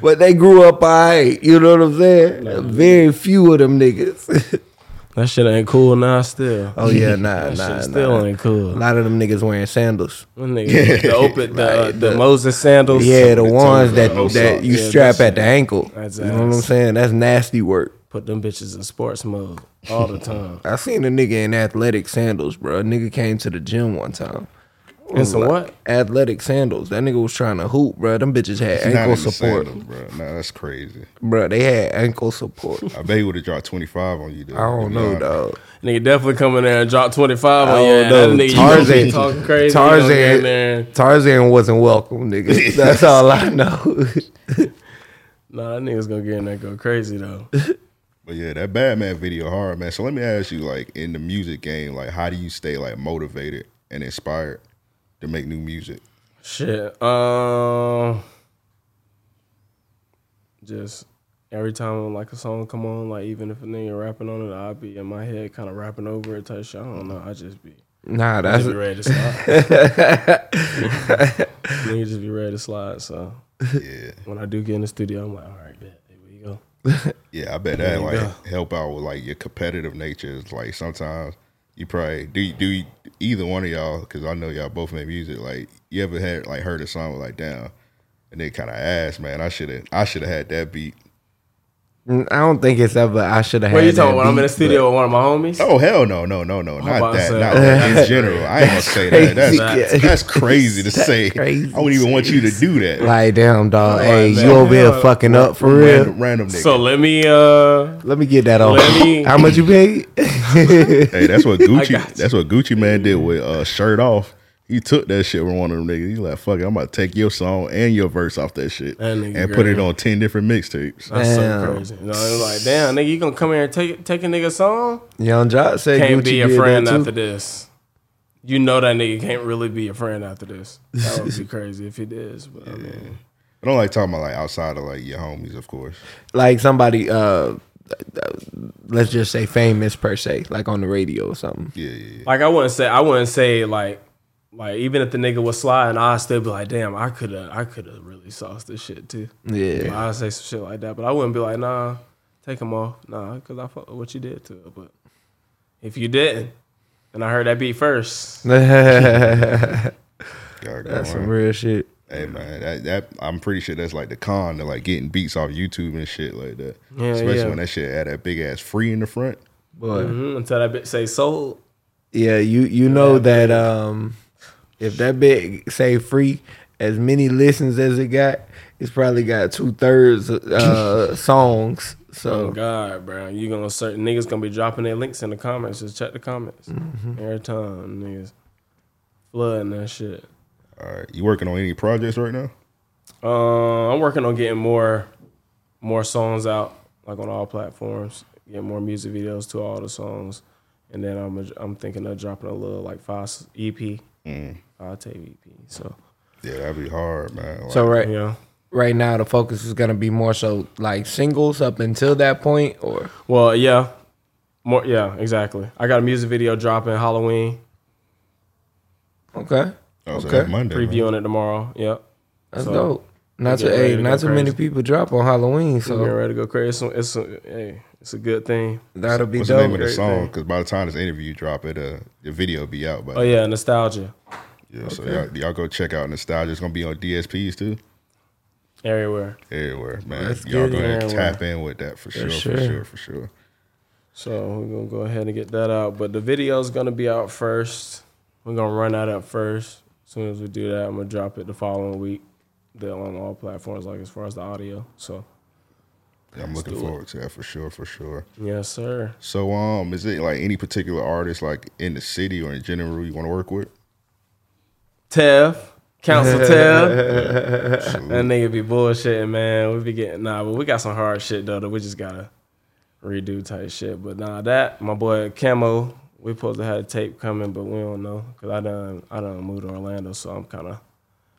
Speaker 2: but they grew up alright. You know what I'm saying? Very few of them niggas.
Speaker 3: That shit ain't cool now still.
Speaker 2: oh yeah, nah, nah,
Speaker 3: That shit
Speaker 2: nah.
Speaker 3: still ain't
Speaker 2: A
Speaker 3: cool.
Speaker 2: lot of them niggas wearing sandals.
Speaker 3: Them niggas, the open, the,
Speaker 2: Right,
Speaker 3: the
Speaker 2: the-
Speaker 3: Moses sandals.
Speaker 2: Yeah, Oh, the ones
Speaker 1: toes
Speaker 2: that
Speaker 1: up, no
Speaker 2: that
Speaker 1: socks.
Speaker 2: you
Speaker 3: Oh, Yeah, that
Speaker 2: strap
Speaker 3: shit-
Speaker 2: at the ankle.
Speaker 3: That's
Speaker 2: you know what
Speaker 3: ass.
Speaker 2: I'm saying? That's nasty work.
Speaker 3: Put them bitches in sports mode all the time.
Speaker 2: I seen a nigga in athletic sandals, bro. A nigga came to the gym one time.
Speaker 3: And some what?
Speaker 2: Athletic sandals. That nigga was trying to hoop, bro. Them bitches had
Speaker 1: He's not
Speaker 2: ankle
Speaker 1: in the
Speaker 2: support,
Speaker 1: sandals, bro. Nah, that's crazy.
Speaker 2: bro. They had ankle support.
Speaker 1: I bet he would have dropped twenty five on you. Though,
Speaker 2: I don't know, dog.
Speaker 3: Nigga definitely come in there and drop 25
Speaker 2: I
Speaker 3: on you.
Speaker 2: don't
Speaker 3: That
Speaker 2: know.
Speaker 3: nigga, you
Speaker 2: Oh, Tarzan-
Speaker 3: gonna be talking crazy. You gonna get in there.
Speaker 2: Tarzan, Tarzan wasn't welcome, nigga. That's all I know.
Speaker 3: Nah, that nigga's gonna get in there and go crazy though.
Speaker 1: But yeah, that Batman video hard, man. So let me ask you, like in the music game, like how do you stay like motivated and inspired to make new music?
Speaker 3: Shit. Um just every time like a song come on, like even if a nigga rapping on it, I'll be in my head kinda rapping over it type shit. I don't know. I just be
Speaker 2: nah,
Speaker 3: I
Speaker 2: that's
Speaker 3: just be ready to slide. nigga just be ready to slide. So
Speaker 1: Yeah,
Speaker 3: when I do get in the studio, I'm like, all right, bet, here we go.
Speaker 1: yeah. I bet that
Speaker 3: you
Speaker 1: like
Speaker 3: go.
Speaker 1: help out with like your competitive nature. It's like sometimes you probably do do you- either one of y'all because I know y'all both make music. Like you ever had like heard a song like damn, and they kind of ass, man. I should have I should have had that beat.
Speaker 2: I don't think it's ever. I should have.
Speaker 3: What
Speaker 2: had
Speaker 3: you talking
Speaker 2: that
Speaker 3: about? I'm in the
Speaker 2: beat,
Speaker 3: studio with one of my homies.
Speaker 1: Oh hell no no no no
Speaker 3: about
Speaker 1: not
Speaker 3: to
Speaker 1: that
Speaker 3: say-
Speaker 1: not that in general I ain't gonna say that that's
Speaker 2: crazy.
Speaker 1: that's, crazy to say
Speaker 2: crazy
Speaker 1: I wouldn't even want you to do that
Speaker 2: but, Like, damn, dog.
Speaker 3: Oh,
Speaker 2: hey,
Speaker 3: man.
Speaker 2: you over here
Speaker 3: Yeah.
Speaker 2: fucking up for real.
Speaker 1: random random nigga
Speaker 3: So let me uh
Speaker 2: Let me get that on.
Speaker 3: Let me-
Speaker 2: How much you paid?
Speaker 1: hey that's what
Speaker 3: got you.
Speaker 1: Gucci that's what Gucci man did with uh, shirt off he took that shit from one of them niggas he like fuck it I'm about to take your song and your verse off that shit
Speaker 3: That nigga
Speaker 1: and put it
Speaker 3: great.
Speaker 1: on ten different mixtapes
Speaker 3: That's
Speaker 2: Damn.
Speaker 3: so crazy. You know, they're like, damn, nigga, you gonna come here and take take a nigga song?
Speaker 2: Young Jock said
Speaker 3: Can't
Speaker 2: Gucci
Speaker 3: be a
Speaker 2: did
Speaker 3: friend
Speaker 2: that too.
Speaker 3: after this. You know that nigga can't really be a friend after this. That would be crazy if he does. But I mean,
Speaker 1: I don't like talking about like outside of like your homies of course
Speaker 2: like somebody uh let's just say famous per se, like on the radio or something.
Speaker 1: Yeah, yeah, yeah.
Speaker 3: Like I wouldn't say I wouldn't say like like even if the nigga was sliding, I'd still be like, damn, I could have I could have really sauced this shit too.
Speaker 2: Yeah.
Speaker 3: I'd say some shit like that, but I wouldn't be like, nah, take him off, nah, because I fuck with what you did to it. But if you didn't, and I heard that beat
Speaker 2: Mm.
Speaker 3: first,
Speaker 1: Gotta go
Speaker 2: That's some
Speaker 1: on.
Speaker 2: real shit.
Speaker 1: Hey man, that, that I'm pretty sure that's like the con to like getting beats off YouTube and shit like that.
Speaker 3: Yeah,
Speaker 1: Especially
Speaker 3: yeah.
Speaker 1: when that shit had that big ass free in the front.
Speaker 2: But
Speaker 3: mhm, until that bitch say sold,
Speaker 2: yeah, you you know that um if that bit say free, as many listens as it got, it's probably got two thirds uh songs.
Speaker 3: oh
Speaker 2: So
Speaker 3: god, bro, you gonna certain niggas gonna be dropping their links in the comments. Just check the comments
Speaker 2: Mm-hmm.
Speaker 3: every time, niggas flooding that shit.
Speaker 1: All right, you working on any projects right now?
Speaker 3: Uh, I'm working on getting more more songs out, like on all platforms. Get more music videos to all the songs, and then I'm I'm thinking of dropping a little like E five EP,
Speaker 2: Mm.
Speaker 3: five tape EP. E So
Speaker 1: Yeah, that'd be hard, man. Like,
Speaker 2: so right
Speaker 3: yeah.
Speaker 2: right now the focus is gonna be more so like singles up until that point or
Speaker 3: Well, yeah, more yeah, exactly. I got a music video dropping Halloween,
Speaker 2: okay.
Speaker 1: oh, so
Speaker 2: okay.
Speaker 1: that's Monday. man.
Speaker 3: previewing it tomorrow. Yep.
Speaker 2: That's
Speaker 3: So,
Speaker 2: dope. Not
Speaker 3: getting
Speaker 2: too
Speaker 3: ready
Speaker 2: hey,
Speaker 3: to
Speaker 2: not too
Speaker 3: go
Speaker 2: many
Speaker 3: crazy.
Speaker 2: people drop on Halloween,
Speaker 3: So getting
Speaker 2: so
Speaker 3: ready to go crazy. It's a, it's a, hey, it's a good thing.
Speaker 2: that'll be
Speaker 1: What's the
Speaker 2: dope.
Speaker 1: name of the
Speaker 3: Great
Speaker 1: song?
Speaker 3: thing.
Speaker 1: Because by the time this interview drop, it uh, the video be out. But
Speaker 3: Oh yeah, nostalgia
Speaker 1: yeah, so y'all, y'all go check out Nostalgia. It's gonna be on DSPs too.
Speaker 3: everywhere.
Speaker 1: Everywhere, man.
Speaker 2: Let's
Speaker 1: y'all
Speaker 2: get
Speaker 1: gonna
Speaker 3: it.
Speaker 1: tap in with that for sure, for
Speaker 2: sure.
Speaker 1: sure, for sure.
Speaker 3: So we're gonna go ahead and get that out. But the video's gonna be out first. We're gonna run that up first. As soon as we do that, I'm gonna drop it the following week. They're on all platforms, like as far as the audio. So
Speaker 1: I'm looking
Speaker 3: do it.
Speaker 1: forward to that for sure, for sure.
Speaker 3: yes, sir.
Speaker 1: So, um, is it like any particular artist, like in the city or in general, you want to work with?
Speaker 3: Tev, Council Tev. that nigga be bullshitting, man. We be getting nah, but we got some hard shit though that we just gotta redo type shit. But nah, that my boy Camo, we supposed to have a tape coming, but we don't know because I done I done moved to Orlando, so I'm kind of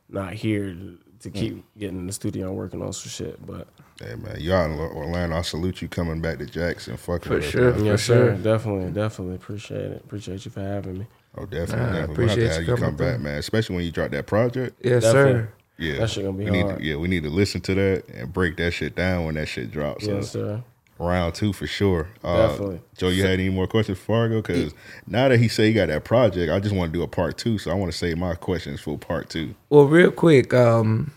Speaker 3: not here to, to keep getting in the studio and working on some shit. But
Speaker 1: Hey man, you out in Orlando. I salute you coming back to Jackson. Fuck
Speaker 2: For
Speaker 1: with us,
Speaker 2: sure.
Speaker 1: man.
Speaker 3: yes,
Speaker 2: sure.
Speaker 3: sir, definitely, definitely appreciate it. Appreciate you for having me.
Speaker 1: Oh, definitely.
Speaker 2: Nah,
Speaker 1: definitely.
Speaker 2: I
Speaker 1: We'll have to
Speaker 2: appreciate
Speaker 1: have
Speaker 2: you
Speaker 1: you come
Speaker 2: coming
Speaker 1: back,
Speaker 2: through.
Speaker 1: man. Especially when you drop that project.
Speaker 2: Yes,
Speaker 3: Definitely.
Speaker 2: sir.
Speaker 1: Yeah,
Speaker 3: That shit gonna be
Speaker 1: we need
Speaker 3: hard.
Speaker 1: To, yeah, we need to listen to that and break that shit down when that shit drops. So
Speaker 3: Yes, sir.
Speaker 1: round two for sure. Uh,
Speaker 3: Definitely.
Speaker 1: Joe, you had any more questions for Fargo? Because now that he said he got that project, I just want to do a part two. So I want to save my questions for part two.
Speaker 2: Well, real quick, um,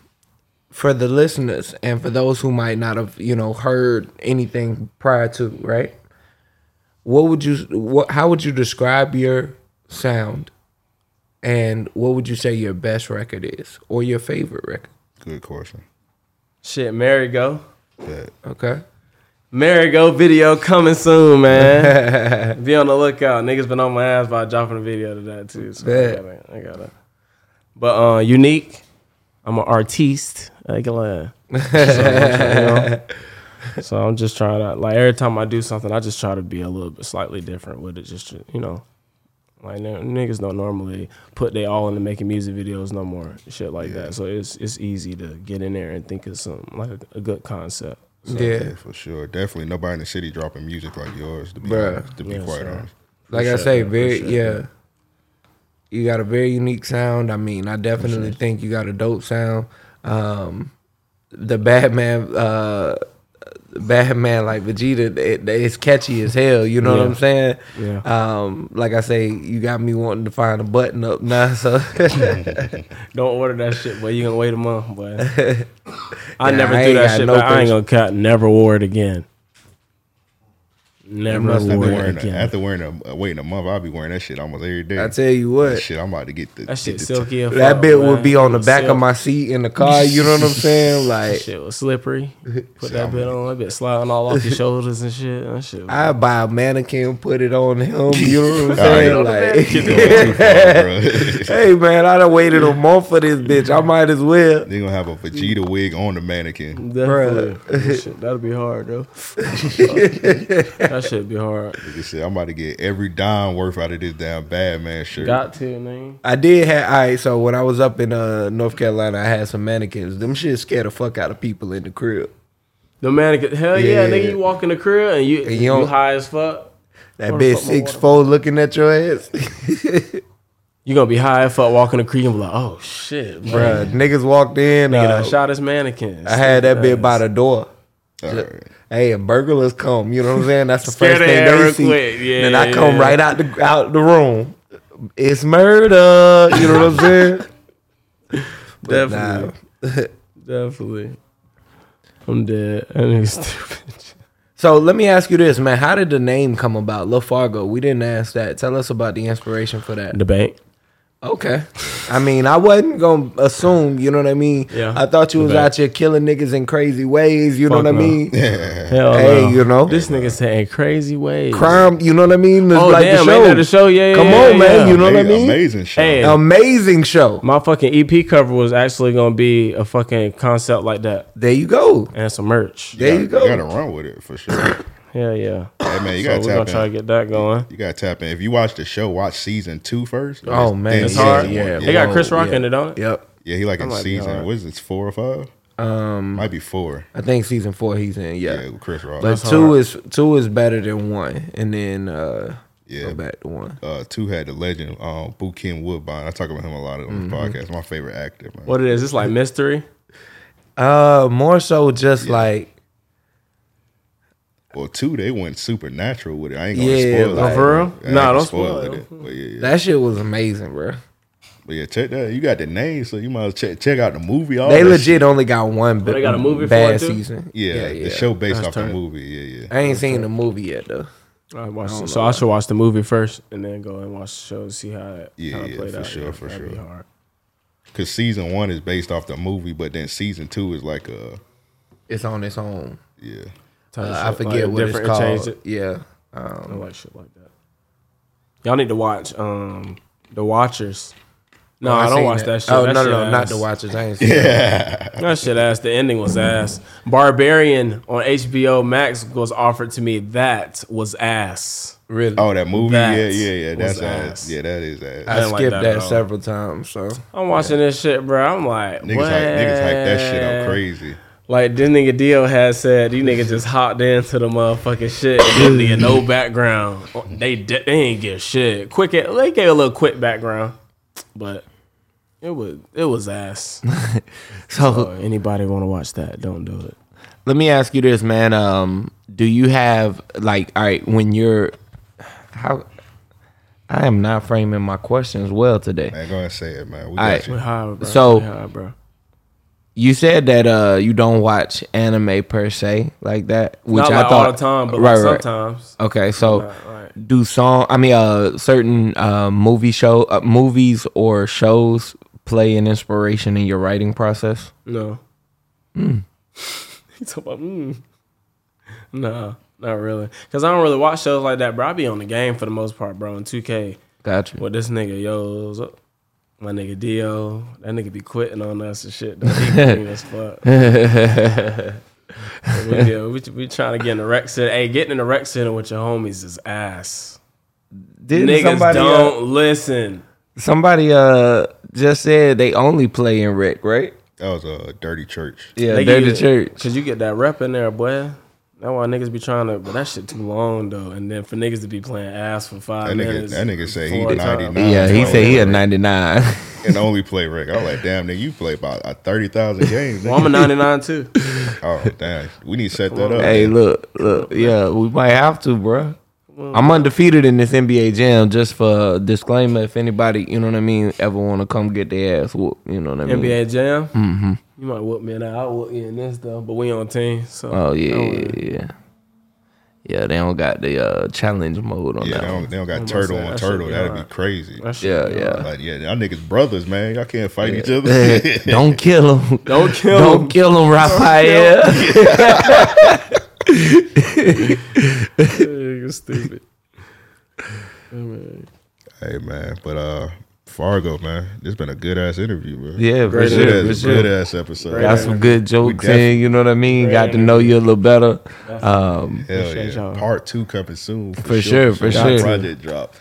Speaker 2: for the listeners and for those who might not have, you know, heard anything prior to, right? What would you what how would you describe your sound? And what would you say your best record is or your favorite record?
Speaker 1: Good question.
Speaker 3: Shit, Mary go.
Speaker 1: But
Speaker 2: Okay.
Speaker 3: Marigo video coming soon, man. Be on the lookout. Niggas been on my ass by dropping a video to that too. So I
Speaker 2: Bet.
Speaker 3: gotta, I gotta. But uh, unique. I'm an artiste. I ain't gonna lie. So, I'm trying- you know, so I'm just trying to like every time I do something, I just try to be a little bit slightly different with it. Just to, you know, like n- niggas don't normally put they all into making music videos no more, shit like that. So it's it's easy to get in there and think of something like a good concept.
Speaker 2: yeah.
Speaker 1: yeah, for sure. Definitely nobody in the city dropping music like yours. To be
Speaker 2: Bruh.
Speaker 1: honest, to be
Speaker 3: Yes,
Speaker 1: quite
Speaker 3: sir.
Speaker 1: honest.
Speaker 2: Like I
Speaker 3: Appreciate
Speaker 2: say,
Speaker 3: that,
Speaker 2: very
Speaker 3: appreciate
Speaker 2: yeah.
Speaker 3: that.
Speaker 2: You got a very unique sound. I mean, I definitely think you got a dope sound. Um, the Batman, uh, Batman like Vegeta, it, it's catchy as hell. You know what
Speaker 3: Yeah.
Speaker 2: I'm saying?
Speaker 3: Yeah.
Speaker 2: Um, like I say, you got me wanting to find a button up now. So
Speaker 3: Don't order that shit, boy. You gonna wait a month, boy. I
Speaker 2: Yeah,
Speaker 3: never
Speaker 2: I
Speaker 3: do
Speaker 2: ain't
Speaker 3: that
Speaker 2: got
Speaker 3: shit,
Speaker 2: no
Speaker 3: but I ain't gonna
Speaker 2: patience.
Speaker 3: cut. Never wore it again.
Speaker 1: I
Speaker 3: Never
Speaker 1: must have
Speaker 3: wore
Speaker 1: been
Speaker 3: it
Speaker 1: wearing a,
Speaker 3: again.
Speaker 1: after wearing a, uh, waiting a month. I'll be wearing that shit almost every day.
Speaker 2: I tell you
Speaker 1: That
Speaker 2: what,
Speaker 1: shit, I'm about to get the
Speaker 3: that shit
Speaker 1: get the
Speaker 3: silky. and
Speaker 2: that
Speaker 3: fuck,
Speaker 2: bit
Speaker 3: boy.
Speaker 2: would be on the back of
Speaker 3: Silk.
Speaker 2: my seat in the car. You know what I'm saying? Like,
Speaker 3: Shit was slippery. Put that bit on. That bit sliding all off your shoulders and shit. That shit. was-
Speaker 2: I buy a mannequin, put it on him. You know what I'm
Speaker 1: All right.
Speaker 2: saying? Like,
Speaker 1: Going too far, bro.
Speaker 2: hey man, I done waited a month for this bitch. I might as well.
Speaker 1: they gonna have a Vegeta wig on the mannequin.
Speaker 3: Definitely. That shit, that'll be hard though. that shit be hard.
Speaker 1: Nigga said, I'm about to get every dime worth out of this damn bad man shirt.
Speaker 3: Got to name.
Speaker 2: I did have all right, so when I was up in uh North Carolina, I had some mannequins. Them shit scared the fuck out of people in the crib.
Speaker 3: The man, could- hell yeah,
Speaker 4: Yeah.
Speaker 3: nigga, you walk in the crib and you
Speaker 4: And you
Speaker 3: you,
Speaker 4: don't-
Speaker 3: high as fuck.
Speaker 4: That
Speaker 3: Or
Speaker 4: bitch
Speaker 3: something
Speaker 4: six four looking at your ass.
Speaker 3: You gonna be high as fuck walking the creek and be like, oh shit, bro.
Speaker 4: Bruh, niggas walked in.
Speaker 3: Nigga,
Speaker 4: uh,
Speaker 3: I shot his mannequin.
Speaker 4: I had that bit by the door.
Speaker 1: All right.
Speaker 4: Hey, a burglar's come. You know what I'm saying? That's the
Speaker 3: Scare
Speaker 4: first
Speaker 3: the
Speaker 4: thing
Speaker 3: air
Speaker 4: they
Speaker 3: real
Speaker 4: see.
Speaker 3: quick. Yeah,
Speaker 4: then I come
Speaker 3: yeah.
Speaker 4: right out the out the room. It's murder. You know what I'm saying? But
Speaker 3: Definitely. Definitely. I'm dead. That nigga's stupid.
Speaker 4: So let me ask you this, man. How did the name come about? LaFargo. We didn't ask that. Tell us about the inspiration for that.
Speaker 3: The bank.
Speaker 4: Okay. I mean, I wasn't gonna assume, you know what I mean?
Speaker 3: Yeah.
Speaker 4: I thought you was
Speaker 3: Bet.
Speaker 4: out here killing niggas in crazy ways, you
Speaker 3: Fuck
Speaker 4: know what
Speaker 3: no.
Speaker 4: I mean?
Speaker 3: Hell
Speaker 4: Hey,
Speaker 3: no.
Speaker 4: you know?
Speaker 3: This nigga saying crazy ways.
Speaker 4: Crime, you know what I mean? It's
Speaker 3: Oh,
Speaker 4: like
Speaker 3: damn,
Speaker 4: the
Speaker 3: ain't
Speaker 4: show.
Speaker 3: that the show? Yeah, yeah,
Speaker 4: Come
Speaker 3: yeah,
Speaker 4: on,
Speaker 3: yeah,
Speaker 4: man.
Speaker 3: yeah.
Speaker 4: You know what I
Speaker 1: Amazing-
Speaker 4: mean?
Speaker 1: Amazing shit.
Speaker 3: Hey,
Speaker 4: Amazing show.
Speaker 3: my fucking EP cover was actually gonna be a fucking concept like that
Speaker 4: There you go.
Speaker 3: and some merch.
Speaker 4: There you
Speaker 1: You gotta
Speaker 4: go.
Speaker 1: run with it for sure.
Speaker 3: Yeah, yeah.
Speaker 1: Hey man, you
Speaker 3: So
Speaker 1: gotta
Speaker 3: we're gonna
Speaker 1: tap
Speaker 3: try to
Speaker 1: in.
Speaker 3: get that going.
Speaker 1: You gotta tap in. If you watch the show, watch season two first.
Speaker 4: Oh man,
Speaker 1: It's
Speaker 3: yeah, hard.
Speaker 1: Yeah,
Speaker 3: yeah.
Speaker 1: yeah.
Speaker 3: They got Chris Rock in it, don't it?
Speaker 4: Yep.
Speaker 1: yeah, he like in
Speaker 3: might be
Speaker 1: season.
Speaker 3: alright.
Speaker 1: What is this? Four or five? Um, might be four.
Speaker 4: I think season four he's in. Yeah.
Speaker 1: Yeah, with Chris Rock.
Speaker 4: but two is two is better than one, and then uh,
Speaker 1: Yeah.
Speaker 4: go back to one.
Speaker 1: uh, two had the legend um, Bootkin Woodbine. I talk about him a lot on the podcast. My favorite actor. Man.
Speaker 3: Mm-hmm. What it is? It's like mystery.
Speaker 4: Uh, more so just like
Speaker 1: Well, two they went supernatural with it. I ain't gonna
Speaker 4: Yeah,
Speaker 1: spoil
Speaker 4: like-
Speaker 1: it.
Speaker 3: oh, For real?
Speaker 1: I ain't
Speaker 3: Nah,
Speaker 1: gonna
Speaker 3: don't spoil it.
Speaker 1: it. But yeah, yeah.
Speaker 4: that shit was amazing, bro.
Speaker 1: but yeah, check that. You got the name, so you might as well check check out the movie. All
Speaker 4: They
Speaker 1: Oh, that
Speaker 4: legit
Speaker 1: shit.
Speaker 4: only got one.
Speaker 3: Oh, they got a movie for
Speaker 4: bad
Speaker 3: it, too?
Speaker 4: season.
Speaker 1: Yeah, the show based off the movie. Yeah, yeah.
Speaker 4: I ain't seen the movie yet though.
Speaker 3: I watched it. so I should watch the movie first and then go and watch the show to see how it
Speaker 1: Yeah,
Speaker 3: how it
Speaker 1: yeah,
Speaker 3: played
Speaker 1: for
Speaker 3: out.
Speaker 1: sure, for
Speaker 3: that'd be
Speaker 1: sure.
Speaker 3: hard.
Speaker 1: Because season one is based off the movie, but then season two is like a
Speaker 4: It's on its own.
Speaker 1: yeah.
Speaker 3: Type of
Speaker 4: Uh, I
Speaker 3: shit,
Speaker 4: forget
Speaker 3: like,
Speaker 4: what it's
Speaker 3: different and change
Speaker 4: called.
Speaker 3: it.
Speaker 4: Yeah.
Speaker 3: I
Speaker 4: Um,
Speaker 3: don't like shit like that. Y'all need to watch um The Watchers. No, I don't
Speaker 4: seen
Speaker 3: watch that, shit.
Speaker 4: Oh no,
Speaker 3: That
Speaker 4: no,
Speaker 3: shit
Speaker 4: no, not
Speaker 3: ass.
Speaker 4: the Watchers. I ain't seen yeah.
Speaker 3: That shit ass. The ending was ass. Barbarian on HBO Max was offered to me. That was ass.
Speaker 4: really.
Speaker 1: Oh, that movie.
Speaker 3: That
Speaker 1: yeah, yeah, yeah.
Speaker 3: was
Speaker 1: That's ass.
Speaker 3: ass.
Speaker 1: Yeah, that is ass.
Speaker 4: I,
Speaker 3: didn't like
Speaker 4: skipped
Speaker 3: that
Speaker 4: that,
Speaker 3: at all.
Speaker 4: several times. So
Speaker 3: I'm watching this shit, bro. I'm like,
Speaker 1: niggas,
Speaker 3: what?
Speaker 1: hype, niggas hype that shit up crazy.
Speaker 3: Like this nigga Dio had said, these niggas just hopped into the motherfucking shit and didn't get no background. They di- they ain't give shit. Quick, they gave a little quick background, but it was it was ass.
Speaker 2: So
Speaker 3: Uh, anybody want to watch that? Don't do it.
Speaker 2: let me ask you this, man. Um, do you have like all right when you're how I am not framing my questions well today.
Speaker 1: Man, go ahead and say it, man. We
Speaker 2: All
Speaker 1: got
Speaker 2: right.
Speaker 1: you.
Speaker 3: We high, bro.
Speaker 2: So-
Speaker 3: We high, bro.
Speaker 2: You said that uh you don't watch anime per se like that, which
Speaker 3: Not
Speaker 2: I
Speaker 3: like
Speaker 2: thought
Speaker 3: all the time, but like sometimes.
Speaker 2: Okay, so
Speaker 3: Right, right.
Speaker 2: do song I mean uh certain uh movie show uh, movies or shows play an inspiration in your writing process?
Speaker 3: No. Hmm. He's talking about mm. Nah, not really. Cause I don't really watch shows like that, bro. I be on the game for the most part, bro. In 2K.
Speaker 2: Gotcha.
Speaker 3: Well, this nigga, yo, what's up? My nigga Dio, that nigga be quitting on us and shit. Though. He mean as fuck. we, yeah, we, we trying to get in the rec center. Hey, getting in the rec center with your homies is ass.
Speaker 2: Didn't
Speaker 3: Niggas
Speaker 2: somebody, uh,
Speaker 3: don't listen.
Speaker 2: Somebody uh just said they only play in rec, right?
Speaker 1: That was a dirty church.
Speaker 2: Yeah,
Speaker 3: They
Speaker 2: they're
Speaker 3: get-
Speaker 2: the church.
Speaker 3: Cause you get that rep in there, boy. That's why niggas be trying to, but that shit too long though. And then for niggas to be playing ass for five
Speaker 1: That nigga,
Speaker 3: minutes.
Speaker 1: that nigga say he
Speaker 3: four times.
Speaker 1: 99.
Speaker 2: Yeah, he
Speaker 1: bro,
Speaker 2: said he a 99.
Speaker 1: And only play Rick. I was like, damn, nigga, you play about uh, 30,000 games.
Speaker 3: Well, I'm a
Speaker 1: nigga.
Speaker 3: 99 too.
Speaker 1: oh, damn. We need to set that up.
Speaker 2: hey, look, look. Yeah, we might have to, bruh. I'm undefeated in this NBA jam just for disclaimer if anybody, you know what I mean, ever want to come get their ass whooped, you know what I mean?
Speaker 3: NBA Jam. Mm-hmm. You might whoop me in that. I'll whoop you in this though. But we on team, so
Speaker 2: Oh yeah,
Speaker 3: don't
Speaker 2: yeah,
Speaker 3: worry.
Speaker 2: yeah. Yeah, they don't got the uh, challenge mode on
Speaker 1: Yeah,
Speaker 2: that.
Speaker 1: they
Speaker 2: one.
Speaker 1: don't, they don't got
Speaker 3: I'm about to
Speaker 1: turtle
Speaker 3: say, that
Speaker 1: on
Speaker 3: should
Speaker 1: turtle.
Speaker 3: be
Speaker 1: That'd
Speaker 3: alright.
Speaker 1: be crazy.
Speaker 3: That shit-
Speaker 2: Yeah, yeah.
Speaker 1: Like, yeah, y'all niggas brothers, man. Y'all can't fight each other.
Speaker 2: don't kill him.
Speaker 3: Don't kill
Speaker 2: Don't
Speaker 3: him.
Speaker 2: kill him, Raphael.
Speaker 3: You're stupid.
Speaker 1: Hey, man. But uh, Fargo, man, this been a good ass interview, man.
Speaker 2: yeah, for
Speaker 1: Good
Speaker 2: sure,
Speaker 1: ass,
Speaker 2: for sure.
Speaker 1: good ass episode.
Speaker 2: Got some good jokes
Speaker 1: definitely-
Speaker 2: in, you know what I mean? Got to know you a little better. Um,
Speaker 1: Hell
Speaker 3: Appreciate
Speaker 1: yeah.
Speaker 3: y'all.
Speaker 1: Part two coming soon. For,
Speaker 2: For sure, for
Speaker 1: Y'all
Speaker 2: sure.
Speaker 1: Project drop.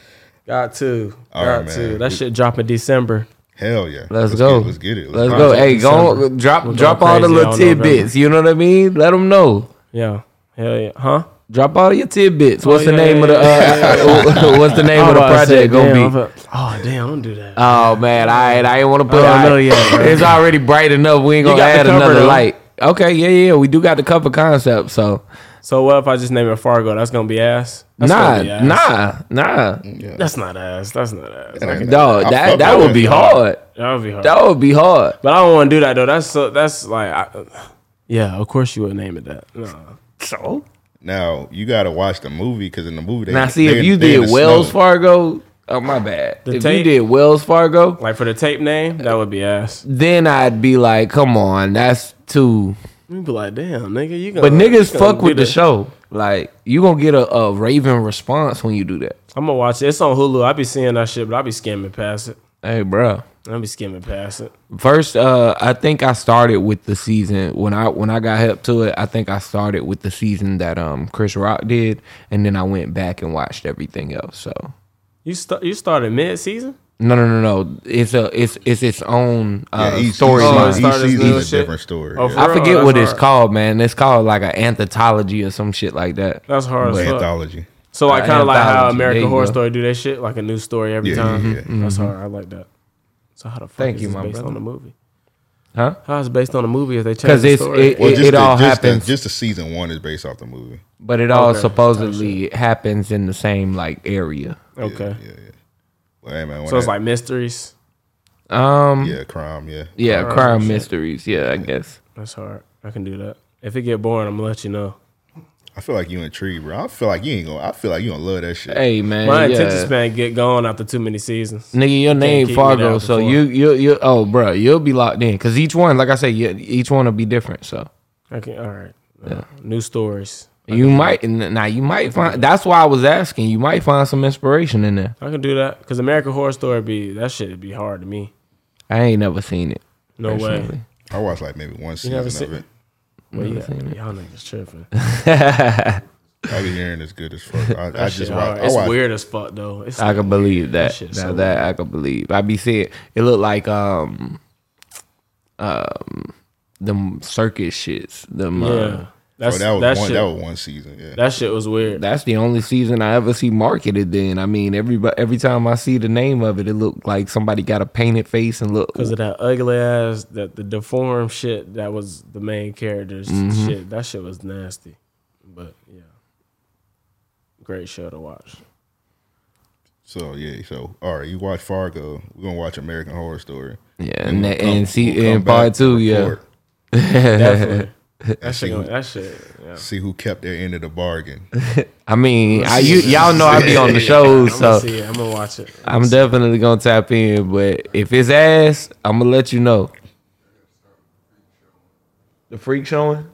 Speaker 3: Got to.
Speaker 1: All
Speaker 3: Got
Speaker 1: right, man.
Speaker 3: to. That
Speaker 1: We-
Speaker 3: shit drop in December.
Speaker 1: Hell yeah.
Speaker 2: Let's, go.
Speaker 1: Get, let's get it.
Speaker 2: Let's,
Speaker 1: go.
Speaker 2: go.
Speaker 3: go.
Speaker 2: Hey, go
Speaker 3: December.
Speaker 2: drop
Speaker 3: We'll go
Speaker 2: drop all the
Speaker 3: crazy
Speaker 2: little
Speaker 3: all November.
Speaker 2: tidbits. You know what I mean? Let them know.
Speaker 3: Yeah. Hell yeah. Huh?
Speaker 2: Drop all your tidbits. What's
Speaker 3: Oh,
Speaker 2: the
Speaker 3: yeah,
Speaker 2: name
Speaker 3: yeah,
Speaker 2: of the uh, What's the name of the
Speaker 3: I was about to say,
Speaker 2: project gonna
Speaker 3: damn,
Speaker 2: be?
Speaker 3: I was about- Oh damn, don't do that.
Speaker 2: Oh man, I I ain't want to put.
Speaker 3: Oh, I don't
Speaker 2: alright.
Speaker 3: know yet, bro.
Speaker 2: It's already bright enough. We ain't
Speaker 3: You
Speaker 2: gonna
Speaker 3: got the
Speaker 2: add
Speaker 3: cover,
Speaker 2: another
Speaker 3: though.
Speaker 2: light. Okay, yeah, yeah, we do got the cover concept. So
Speaker 3: so what if I just name it Fargo? That's gonna be ass. That's
Speaker 2: nah,
Speaker 3: gonna be ass.
Speaker 2: nah, nah,
Speaker 3: That's not ass. That's not ass. That
Speaker 2: dog.
Speaker 1: Mm-hmm. I
Speaker 2: That
Speaker 1: fuck
Speaker 2: that
Speaker 1: with
Speaker 2: would be
Speaker 1: that.
Speaker 2: hard.
Speaker 3: would be hard.
Speaker 2: That would be hard.
Speaker 3: But I don't want to do that though. That's so, that's like, I, yeah. Of course you would name it that. No. So
Speaker 1: Now you gotta watch the movie because in the movie they
Speaker 2: Now see
Speaker 1: they-
Speaker 2: if you
Speaker 1: they in
Speaker 2: did
Speaker 1: the
Speaker 2: Wells
Speaker 1: snow.
Speaker 2: Fargo. Oh my bad. if
Speaker 3: tape-
Speaker 2: you did Wells Fargo,
Speaker 3: like for the tape name, that would be ass.
Speaker 2: then I'd be like, come on, that's too.
Speaker 3: You'd be like, damn, nigga, you. Gonna,
Speaker 2: But niggas
Speaker 3: you gonna
Speaker 2: fuck with
Speaker 3: get
Speaker 2: the
Speaker 3: it.
Speaker 2: show. Like you gonna get a, a raving response when you do that.
Speaker 3: I'm gonna watch it. It's on Hulu. I be seeing that shit, but I be skimming past it.
Speaker 2: Hey, bro.
Speaker 3: I be skimming past it.
Speaker 2: First, uh, I think I started with the season when I when I got help to it. I think I started with the season that um Chris Rock did, and then I went back and watched everything else. So
Speaker 3: You start. You started mid season.
Speaker 2: no, no, no, no. It's a it's it's its own uh,
Speaker 1: Yeah, each
Speaker 3: Oh,
Speaker 2: storyline.
Speaker 3: it's
Speaker 1: season,
Speaker 3: not
Speaker 1: each
Speaker 3: as
Speaker 1: season
Speaker 3: good
Speaker 1: is
Speaker 3: as
Speaker 1: a
Speaker 3: shit.
Speaker 1: different story.
Speaker 3: Oh,
Speaker 1: yeah.
Speaker 3: for-
Speaker 2: I forget
Speaker 3: Bro,
Speaker 2: what
Speaker 3: that's
Speaker 2: it's
Speaker 3: hard.
Speaker 2: called, man. It's called like an anthology or some shit like that.
Speaker 3: That's hard as fuck.
Speaker 1: Anthology.
Speaker 3: So like
Speaker 2: Uh,
Speaker 3: kind of like how
Speaker 2: anthology. There
Speaker 3: American
Speaker 2: you
Speaker 3: Horror
Speaker 2: go.
Speaker 3: Story do that shit, like a new story every
Speaker 1: Yeah,
Speaker 3: time.
Speaker 1: yeah, yeah.
Speaker 3: That's hard. I like that. So how the fuck
Speaker 2: Mm-hmm. Thank
Speaker 3: is
Speaker 2: you,
Speaker 3: this
Speaker 2: my
Speaker 3: based
Speaker 2: brother.
Speaker 3: on the movie?
Speaker 2: Huh?
Speaker 3: How is it based on the movie if they change
Speaker 2: 'Cause
Speaker 3: the
Speaker 2: it's-
Speaker 3: story?
Speaker 2: it-
Speaker 1: the-
Speaker 2: all
Speaker 1: just the-
Speaker 2: happens.
Speaker 1: just the season one is based off the movie.
Speaker 2: But it all
Speaker 3: Okay.
Speaker 2: supposedly happens in the same like area.
Speaker 3: okay.
Speaker 1: Yeah, yeah. Well, hey, man, when
Speaker 3: So it's
Speaker 1: that-
Speaker 3: like mysteries.
Speaker 2: Um yeah,
Speaker 1: yeah, crime. Yeah,
Speaker 3: Crime
Speaker 2: crime
Speaker 3: shit.
Speaker 2: mysteries. Yeah, I guess.
Speaker 3: That's hard. I can do that. If it get boring, I'm gonna let you know.
Speaker 1: I feel like you intrigued, bro. I feel like you ain't gonna. I feel like you gonna love that shit.
Speaker 2: Hey man.
Speaker 3: My
Speaker 2: Uh, yeah. Mm.
Speaker 3: attention span get gone after too many seasons.
Speaker 2: Nigga, your name
Speaker 3: keep me
Speaker 2: Fargo,
Speaker 3: down
Speaker 2: so
Speaker 3: before.
Speaker 2: you you you oh bruh, you'll be locked in because each one, like I say, yeah, each one will be different. So
Speaker 3: Okay. All right. Uh, new stories.
Speaker 2: you might n- now you might find that's why I was asking. You might find some inspiration in there.
Speaker 3: I can do that because American Horror Story be that shit be hard to me.
Speaker 2: I ain't never seen it.
Speaker 3: No way.
Speaker 2: personally.
Speaker 1: I watched like maybe one season
Speaker 3: never
Speaker 1: of
Speaker 3: seen-
Speaker 1: it.
Speaker 3: Well, yeah, y'all niggas tripping.
Speaker 1: I be hearing it's good as fuck. I, I
Speaker 3: Shit
Speaker 1: just
Speaker 3: hard.
Speaker 1: watched.
Speaker 3: It's
Speaker 1: I watched
Speaker 3: weird as fuck though. It's
Speaker 2: I can believe that.
Speaker 3: shit's
Speaker 2: now
Speaker 3: so
Speaker 2: that I can believe. I be seeing it looked like um um them circus shits. Them uh,
Speaker 3: yeah. That's
Speaker 1: Oh, that was
Speaker 3: that
Speaker 1: one.
Speaker 3: shit.
Speaker 1: That was one season. Yeah.
Speaker 3: That shit was weird.
Speaker 2: that's the only season I ever see marketed. Then I mean, every every time I see the name of it, it looked like somebody got a painted face and look.
Speaker 3: Because of that ugly ass, that the deformed shit that was the main character's
Speaker 2: Mm-hmm.
Speaker 3: shit. That shit was nasty. But yeah. Great show to watch.
Speaker 1: so yeah. So all right, you watch Fargo. We're gonna watch American Horror Story.
Speaker 2: Yeah,
Speaker 1: And
Speaker 2: and,
Speaker 1: we'll
Speaker 2: that-
Speaker 1: come-
Speaker 2: and see
Speaker 1: we'll come
Speaker 2: in
Speaker 1: back
Speaker 2: part
Speaker 1: to
Speaker 2: two, yeah,
Speaker 1: report
Speaker 3: Definitely. That shit,
Speaker 1: see
Speaker 3: gonna-
Speaker 1: who-
Speaker 3: that shit, yeah.
Speaker 1: See who kept their end of the bargain.
Speaker 2: I mean, I you, y'all know I be on the shows,
Speaker 3: I'm gonna
Speaker 2: so
Speaker 3: see it. I'm gonna watch it.
Speaker 2: I'm definitely gonna tap in. But if it's ass, I'm gonna let you know. The freak showing.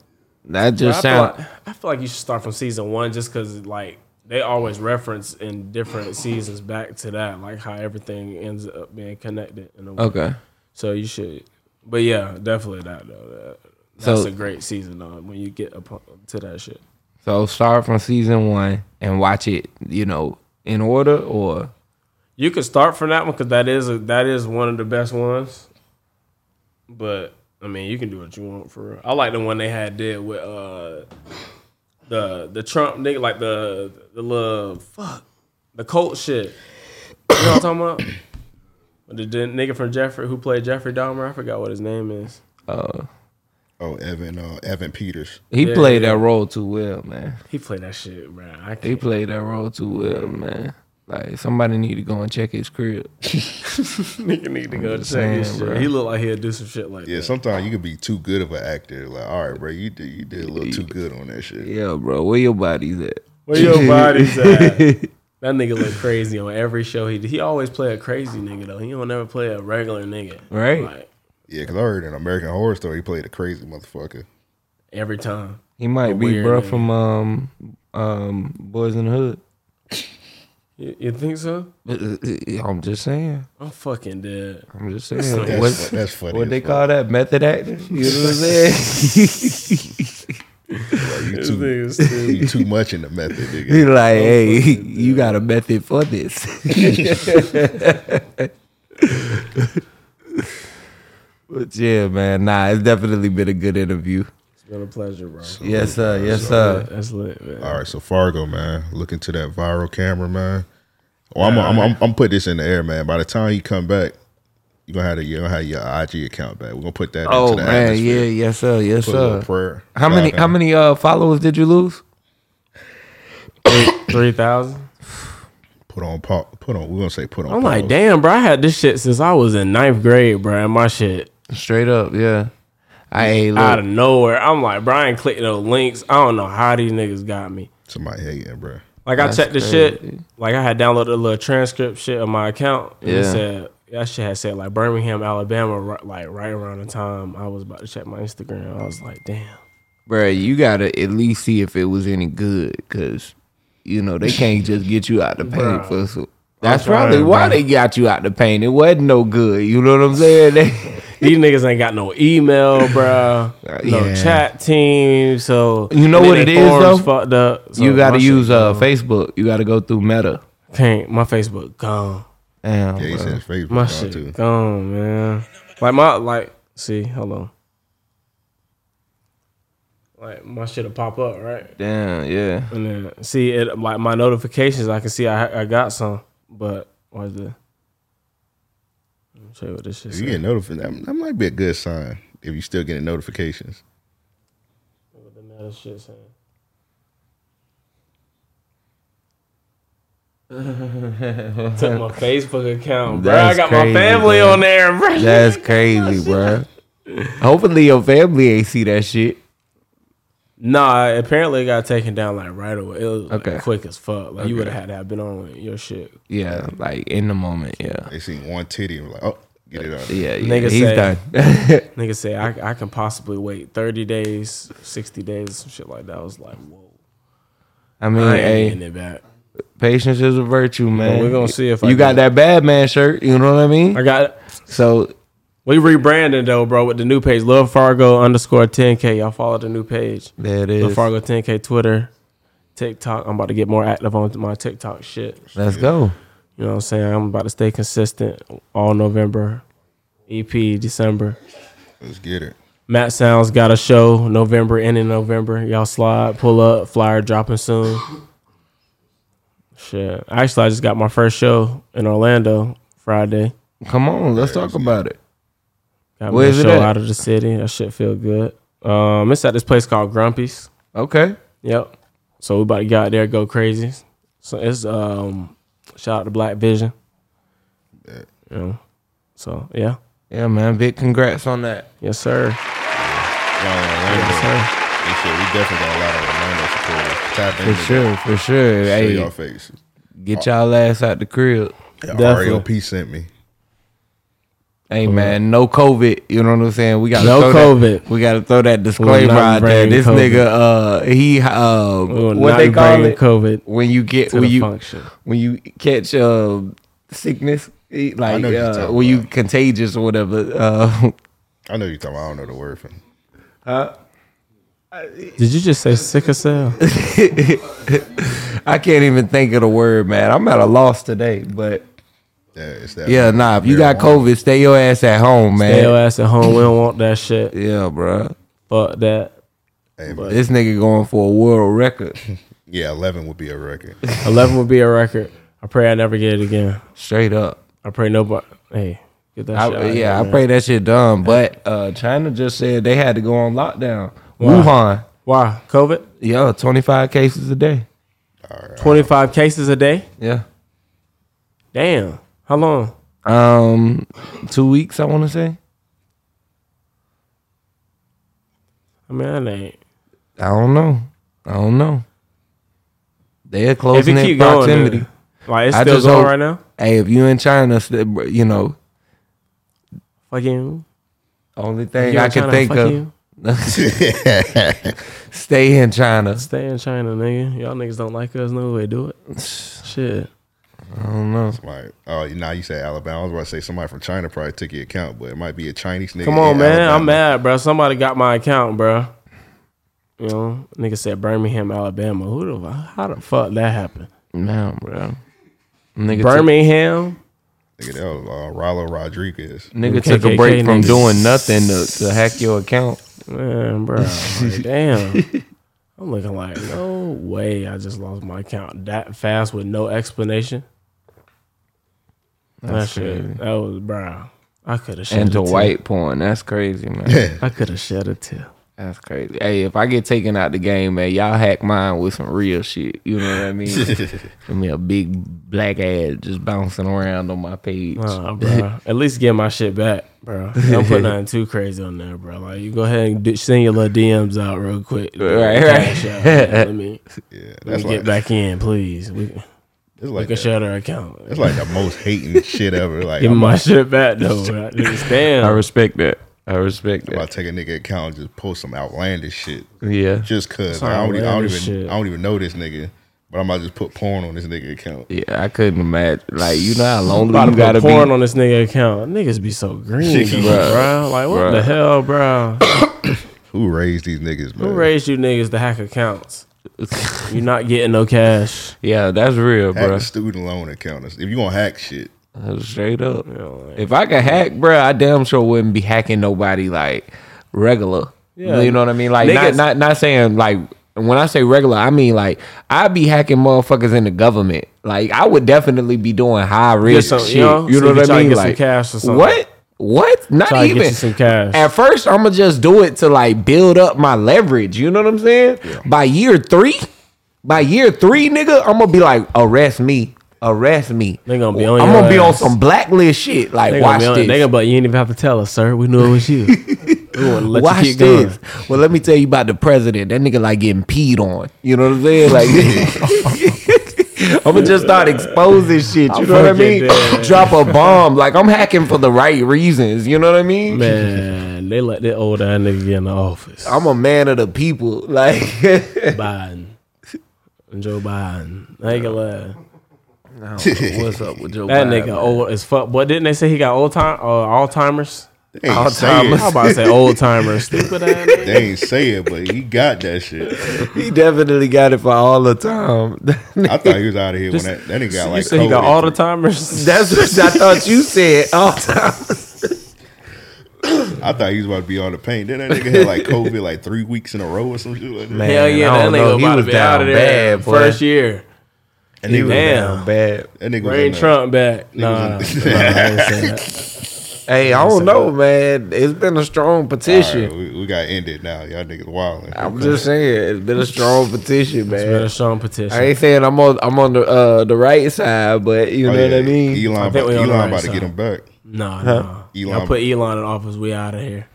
Speaker 2: That just
Speaker 3: I feel,
Speaker 2: sound.
Speaker 3: like, I feel like you should start from season one just because, like, they always reference in different seasons back to that, like how everything ends up being connected in a way.
Speaker 2: Okay.
Speaker 3: So you should, but yeah, definitely that though. That, that's
Speaker 2: So-
Speaker 3: a great season though when you get up to that shit.
Speaker 2: So start from season one and watch it, you know, in order or
Speaker 3: You could start from that one because that is a, that is one of the best ones. But I mean, you can do what you want for real. I like the one they had did with uh the the Trump nigga, like the the little fuck the Colt shit. You know what I'm talking about? With The, the nigga from Jeffrey who played Jeffrey Dahmer, I forgot what his name is.
Speaker 2: uh
Speaker 1: Oh, Evan. Uh, Evan Peters.
Speaker 2: he
Speaker 3: Yeah,
Speaker 2: played
Speaker 3: yeah.
Speaker 2: that role too well, man.
Speaker 3: He played that shit, bro. I
Speaker 2: He
Speaker 3: can't.
Speaker 2: played that role too well, man. Like somebody need to go and check his crib.
Speaker 3: Nigga need to go check
Speaker 2: saying,
Speaker 3: his shit.
Speaker 2: bro.
Speaker 3: He look like he'll do some shit like
Speaker 1: Yeah.
Speaker 3: that.
Speaker 1: Sometimes you could be too good of an actor. Like, all right, bro, you did you did a little too good on that shit.
Speaker 2: Yeah, bro, where your body's at?
Speaker 3: Where your body's at? That nigga look crazy on every show he did. He always play a crazy nigga though. He don't never play a regular nigga.
Speaker 2: Right.
Speaker 3: Like,
Speaker 1: Yeah, because I heard in American Horror Story he played a crazy motherfucker.
Speaker 3: every time.
Speaker 2: He might be
Speaker 3: weird
Speaker 2: bro
Speaker 3: nigga.
Speaker 2: from um um Boys in the Hood.
Speaker 3: You, you think so?
Speaker 2: I'm just saying.
Speaker 3: I'm fucking dead.
Speaker 2: I'm just saying.
Speaker 1: That's,
Speaker 2: What's
Speaker 1: fu- that's funny.
Speaker 2: what
Speaker 1: as
Speaker 2: they
Speaker 1: fuck.
Speaker 2: call that? Method acting? You know what I'm saying?
Speaker 1: You
Speaker 3: This
Speaker 1: too,
Speaker 3: nigga is stupid.
Speaker 1: you too much in the method,
Speaker 2: He
Speaker 1: nigga.
Speaker 2: like, hey, you got a method for this. But yeah, man. Nah, it's definitely been a good interview.
Speaker 3: It's been a pleasure, bro.
Speaker 1: Oh,
Speaker 2: Yes, sir. Yes, sir.
Speaker 3: That's lit, man.
Speaker 1: All right, so Fargo, man. Look into that viral camera, man. Oh, I'm, I'm, I'm, I'm putting this in the air, man. By the time you come back, you're gonna have to, you're gonna have your IG account back. We're gonna put that.
Speaker 2: Oh
Speaker 1: into the
Speaker 2: man,
Speaker 1: atmosphere.
Speaker 2: yeah, yes, sir. Yes,
Speaker 1: Put a little
Speaker 2: sir.
Speaker 1: prayer.
Speaker 2: How many? How many uh followers did you lose?
Speaker 3: Three thousand.
Speaker 1: Put on pause. Put on. We're gonna say put on.
Speaker 3: I'm like,
Speaker 2: Oh.
Speaker 1: pause.
Speaker 3: damn, bro. I had this shit since I was in ninth grade, bro. And my shit
Speaker 2: Straight up, yeah. I ain't
Speaker 3: out
Speaker 2: look.
Speaker 3: of nowhere. I'm like, bro, I ain't clicking no links. I don't know how these niggas got me.
Speaker 1: Somebody hating, bro.
Speaker 3: Like I checked the shit. Like I had downloaded a little transcript shit of my account. And
Speaker 2: Yeah.
Speaker 3: it said that shit had said like Birmingham, Alabama, right, like right around the time I was about to check my Instagram. I was like, damn.
Speaker 2: Bro, you gotta at least see if it was any good, cause you know they can't just get you out the paint
Speaker 3: Bruh.
Speaker 2: for. Some, that's
Speaker 3: trying,
Speaker 2: probably why
Speaker 3: bruh.
Speaker 2: they got you out the paint. It wasn't no good. You know what I'm saying? They,
Speaker 3: These niggas ain't got no email, bro. No
Speaker 2: Uh, Yeah.
Speaker 3: chat team. So
Speaker 2: You know
Speaker 3: and then
Speaker 2: what it
Speaker 3: they
Speaker 2: is,
Speaker 3: forums
Speaker 2: though?
Speaker 3: Fucked up. So
Speaker 2: you
Speaker 3: my
Speaker 2: gotta
Speaker 3: shit
Speaker 2: use uh Facebook. You gotta go through Meta.
Speaker 3: Can't my Facebook gone.
Speaker 2: Damn,
Speaker 1: Yeah, he
Speaker 2: bruh.
Speaker 1: said his favorite.
Speaker 3: My
Speaker 1: My
Speaker 3: shit
Speaker 1: Too.
Speaker 3: gone, man. Like my like see, hello. Like my shit'll pop up, right?
Speaker 2: damn, yeah.
Speaker 3: And then see it like my notifications I can see I I got some, but what's the let me show you what this shit
Speaker 1: If you
Speaker 3: say.
Speaker 1: get notified, that, that might be a good sign. If you still getting notifications,
Speaker 3: What the meta shit saying. Took my Facebook account, bro. I
Speaker 2: That's
Speaker 3: got
Speaker 2: crazy,
Speaker 3: my family
Speaker 2: bro.
Speaker 3: on there, bro.
Speaker 2: That's crazy, bruh. Hopefully your family ain't see that shit.
Speaker 3: Nah, apparently it got taken down like right away. It was like,
Speaker 2: Okay.
Speaker 3: quick as fuck. Like
Speaker 2: Okay.
Speaker 3: you would have had to have been on your shit.
Speaker 2: Yeah, like in the moment, yeah.
Speaker 1: they seen one titty and like, oh, get it out.
Speaker 2: Yeah, yeah
Speaker 3: Nigga
Speaker 2: he's
Speaker 3: say-
Speaker 2: done.
Speaker 3: Nigga say I I can possibly wait thirty days, sixty days, some shit like that. I was like, whoa,
Speaker 2: I mean,
Speaker 3: I
Speaker 2: hey,
Speaker 3: ain't getting it back.
Speaker 2: patience is a virtue, man.
Speaker 3: we're gonna see if I
Speaker 2: you got
Speaker 3: do.
Speaker 2: that bad man shirt. You know what I mean?
Speaker 3: I got
Speaker 2: So
Speaker 3: we rebranded though, bro, with the new page, Love Fargo underscore ten k. Y'all follow the new page,
Speaker 2: there it
Speaker 3: Love
Speaker 2: is.
Speaker 3: Fargo ten k Twitter, TikTok. I'm about to get more active on my TikTok shit.
Speaker 2: Let's go.
Speaker 3: You know what I'm saying? I'm about to stay consistent all November, EP December.
Speaker 1: Let's get it.
Speaker 3: Matt Sounds got a show November, end of November. Y'all slide, pull up, flyer dropping soon. Shit. Actually, I just got my first show in Orlando Friday.
Speaker 2: Come on, let's talk about it.
Speaker 3: Got
Speaker 2: Where
Speaker 3: my
Speaker 2: is it
Speaker 3: show
Speaker 2: at?
Speaker 3: out of the city. That shit feel good. Um, it's at this place called Grumpy's.
Speaker 2: Okay.
Speaker 3: Yep. So we about to get out there, go crazy. So it's um, shout out to Black Vision. You know. So yeah,
Speaker 2: Yeah, man. Big congrats on that.
Speaker 3: yes sir.
Speaker 1: Y'all in Orlando.
Speaker 3: Yes, sir.
Speaker 1: They said we definitely got a lot of Orlando supporters. Tap
Speaker 2: For
Speaker 1: in.
Speaker 2: sure, for sure.
Speaker 1: Show
Speaker 2: Hey,
Speaker 1: y'all faces.
Speaker 2: get y'all ass out the crib.
Speaker 3: Definitely.
Speaker 1: REOP sent me.
Speaker 2: Hey man, no COVID. You know what I'm saying? We got
Speaker 3: No COVID.
Speaker 2: we got to throw that
Speaker 3: We
Speaker 2: disclaimer
Speaker 3: will not
Speaker 2: out there.
Speaker 3: bring
Speaker 2: This
Speaker 3: COVID.
Speaker 2: nigga, uh, he, uh,
Speaker 3: We will
Speaker 2: what
Speaker 3: not
Speaker 2: they
Speaker 3: be
Speaker 2: call
Speaker 3: bringing
Speaker 2: it
Speaker 3: COVID
Speaker 2: when you get
Speaker 3: to
Speaker 2: when
Speaker 3: the
Speaker 2: you
Speaker 3: function.
Speaker 2: when you catch uh, sickness, eh, like
Speaker 1: know what you're
Speaker 2: uh,
Speaker 1: talking
Speaker 2: when you
Speaker 1: about.
Speaker 2: contagious or whatever. Uh,
Speaker 1: I know you're talking about, I don't know the word for it.
Speaker 3: Did you just say sickle cell?
Speaker 2: I can't even think of the word, man. I'm at a loss today, but
Speaker 1: Yeah, it's that.
Speaker 2: yeah, nah. If you got
Speaker 1: marijuana.
Speaker 2: COVID, stay your ass at home,
Speaker 3: Stay your
Speaker 2: man.
Speaker 3: ass at home. We don't want that shit.
Speaker 2: Yeah, bruh.
Speaker 3: Fuck that.
Speaker 1: Hey, man.
Speaker 2: This nigga going for a world record,
Speaker 1: Yeah, 11 would be a record.
Speaker 3: Eleven would be a record. I pray I never get it again.
Speaker 2: straight up.
Speaker 3: I pray nobody. Hey, get that shit.
Speaker 2: I,
Speaker 3: out of
Speaker 2: yeah,
Speaker 3: here,
Speaker 2: I
Speaker 3: man.
Speaker 2: pray that shit done. But uh, China just said they had to go on lockdown. Wuhan,
Speaker 3: Why COVID?
Speaker 2: yeah, twenty five cases a day.
Speaker 3: Twenty five cases a day.
Speaker 2: Yeah,
Speaker 3: Damn. How long?
Speaker 2: um, two weeks I want to say.
Speaker 3: I mean, that ain't.
Speaker 2: I don't know. I don't know. They're
Speaker 3: If it
Speaker 2: closing in
Speaker 3: keep going,
Speaker 2: proximity.
Speaker 3: then- like it's
Speaker 2: I
Speaker 3: still
Speaker 2: just
Speaker 3: going
Speaker 2: hope-
Speaker 3: right now.
Speaker 2: hey, if you in China, st- br- you know,
Speaker 3: Fucking.
Speaker 2: only thing
Speaker 3: you
Speaker 2: I
Speaker 3: in
Speaker 2: can
Speaker 3: China,
Speaker 2: think
Speaker 3: fuck
Speaker 2: of,
Speaker 3: you.
Speaker 2: stay in China.
Speaker 3: Stay in China, nigga. Y'all niggas don't like us. No way, do it. Shit.
Speaker 2: I don't know.
Speaker 1: Like, oh, now you said Alabama. I was about to say somebody from China probably took your account, but it might be a Chinese nigga.
Speaker 3: Come on,
Speaker 1: in
Speaker 3: man.
Speaker 1: Alabama.
Speaker 3: I'm mad, bro. Somebody got my account, bro. You know, nigga said Birmingham, Alabama. Who the how the fuck that happened?
Speaker 2: Man, bro. Nigga took-
Speaker 3: Birmingham,
Speaker 1: Nigga, that was uh, Rollo Rodriguez.
Speaker 2: Nigga
Speaker 3: Okay,
Speaker 2: took
Speaker 3: okay,
Speaker 2: a break
Speaker 3: okay,
Speaker 2: from
Speaker 3: niggas.
Speaker 2: doing nothing to, to hack your account.
Speaker 3: Man, bro, I'm like, damn. I'm looking like, no way. I just lost my account that fast with no explanation.
Speaker 2: That's
Speaker 3: that shit,
Speaker 2: crazy.
Speaker 3: that was bro. I could have shed
Speaker 2: And to
Speaker 3: a tear.
Speaker 2: white porn. That's crazy, man.
Speaker 3: I could have shed a tear.
Speaker 2: That's crazy. Hey, if I get taken out the game, man, y'all hack mine with some real shit. You know what I mean? Give me a big black ass just bouncing around on my page.
Speaker 3: Nah, bro. At least get my shit back, bro. Don't put nothing too crazy on there, bro. Like you go ahead and d- send your little DMs out real quick.
Speaker 2: Right,
Speaker 3: Cash out, man. Let me,
Speaker 1: Yeah,
Speaker 3: let
Speaker 1: that's
Speaker 3: me get
Speaker 1: like,
Speaker 3: back in, please. We,
Speaker 1: that's
Speaker 3: we
Speaker 1: like
Speaker 3: can
Speaker 1: the,
Speaker 3: shut our account.
Speaker 1: that's like the most hating shit ever. Like
Speaker 3: Give me
Speaker 1: I'm
Speaker 3: my shit back though. bro. Niggas, Damn.
Speaker 2: I respect that. I respect
Speaker 1: about
Speaker 2: that.
Speaker 1: to take a nigga account and just post some outlandish shit.
Speaker 2: Yeah.
Speaker 1: Just cause
Speaker 3: Some
Speaker 1: I don't, even, I don't
Speaker 3: outlandish
Speaker 1: even
Speaker 3: shit.
Speaker 1: I don't even know this nigga, but I'm about to just put porn on this nigga account.
Speaker 2: Yeah, I couldn't imagine. Like, you know how long
Speaker 3: about to
Speaker 2: you gotta
Speaker 3: put
Speaker 2: be.
Speaker 3: porn on this nigga account. Niggas be so green,
Speaker 1: Shit,
Speaker 3: bro. Like what
Speaker 2: bruh.
Speaker 3: the hell, bro?
Speaker 1: Who raised these niggas, man?
Speaker 3: Who raised you niggas to hack accounts? You're not getting no cash.
Speaker 2: yeah, that's real,
Speaker 1: Hack
Speaker 2: bro.
Speaker 1: the student loan account. If you gonna hack shit,
Speaker 2: Straight up.
Speaker 3: You know, like,
Speaker 2: If I could hack, bruh, I damn sure wouldn't be hacking nobody like regular.
Speaker 3: Yeah.
Speaker 2: You know what I mean? Like not
Speaker 3: Niggas-
Speaker 2: not not saying like when I say regular, I mean like I'd be hacking motherfuckers in the government. Like I would definitely be doing high risk
Speaker 3: some- you
Speaker 2: shit.
Speaker 3: know,
Speaker 2: you
Speaker 3: so
Speaker 2: know
Speaker 3: you
Speaker 2: what
Speaker 3: try
Speaker 2: I mean?
Speaker 3: to get some
Speaker 2: like
Speaker 3: cash or something.
Speaker 2: What? What? Not
Speaker 3: Try to get
Speaker 2: even
Speaker 3: you some cash.
Speaker 2: At first, I'm gonna just do it to like build up my leverage. You know what I'm saying? By year three, by year three, nigga, I'm gonna be like, arrest me, arrest me.
Speaker 3: They gonna be on
Speaker 2: I'm
Speaker 3: your
Speaker 2: gonna be on
Speaker 3: ass.
Speaker 2: some blacklist shit. Like,
Speaker 3: they
Speaker 2: watch
Speaker 3: gonna be
Speaker 2: this.
Speaker 3: on, they gonna, but you ain't even have to tell us, sir. We knew it was you. we want to let
Speaker 2: Watch
Speaker 3: you keep
Speaker 2: this.
Speaker 3: going.
Speaker 2: Well, let me tell you about the president. That nigga like getting peed on. You know what I'm saying? Like, I'm gonna just start exposing shit. You
Speaker 3: I'm
Speaker 2: know what I
Speaker 3: fucking
Speaker 2: mean?
Speaker 3: dead.
Speaker 2: Drop a bomb. Like I'm hacking for the right reasons. You know what I mean?
Speaker 3: Man, they let that old ass nigga get in the office.
Speaker 2: I'm a man of the people. Like,
Speaker 3: Biden. Joe Biden. I ain't gonna lie.
Speaker 2: what's up with Joe?
Speaker 3: That
Speaker 2: Biden?
Speaker 3: nigga old as fuck. But didn't they say he got old time uh, Alzheimer's?
Speaker 1: they ain't,
Speaker 2: All
Speaker 1: say
Speaker 3: I'm
Speaker 1: it.
Speaker 3: about to say old timers. Stupid ass. nigga.
Speaker 1: they ain't say it, but he got that shit.
Speaker 2: He definitely got it for all the time.
Speaker 1: I thought he was out of here when that, that nigga got
Speaker 3: you
Speaker 1: like
Speaker 3: said he
Speaker 1: COVID.
Speaker 3: got all the timers.
Speaker 2: That's what I thought you said all time.
Speaker 1: I thought he was about to be on the paint. Then that nigga had like COVID like three weeks in a row or some shit like that.
Speaker 2: Man.
Speaker 3: Hell yeah,
Speaker 2: I
Speaker 3: that
Speaker 2: don't know.
Speaker 3: nigga
Speaker 2: He
Speaker 3: about to
Speaker 2: was
Speaker 3: be
Speaker 2: down
Speaker 3: out of there.
Speaker 2: bad, boy.
Speaker 3: First year.
Speaker 1: And he was,
Speaker 3: Damn.
Speaker 2: Bad.
Speaker 1: that nigga was in
Speaker 3: Bring
Speaker 1: the-
Speaker 3: Trump back. Nah.
Speaker 1: was in-
Speaker 3: nah, I ain't say that.
Speaker 2: Hey, I don't know, man. It's been a strong
Speaker 1: All
Speaker 2: petition.
Speaker 1: right, we, we got ended now. Y'all niggas Oh, wilding.
Speaker 2: I'm just saying, it's been a strong petition,
Speaker 3: It's been a
Speaker 2: man.
Speaker 3: strong petition.
Speaker 2: I ain't saying I'm on I'm on the uh, the right side, but Oh, you know what I mean.
Speaker 1: Elon,
Speaker 3: I think
Speaker 1: about,
Speaker 3: we on
Speaker 1: Elon
Speaker 3: the right
Speaker 1: about to
Speaker 3: side.
Speaker 1: get him back.
Speaker 3: Nah, nah.
Speaker 1: Elon-
Speaker 3: Y'all put Elon in office. We out of here.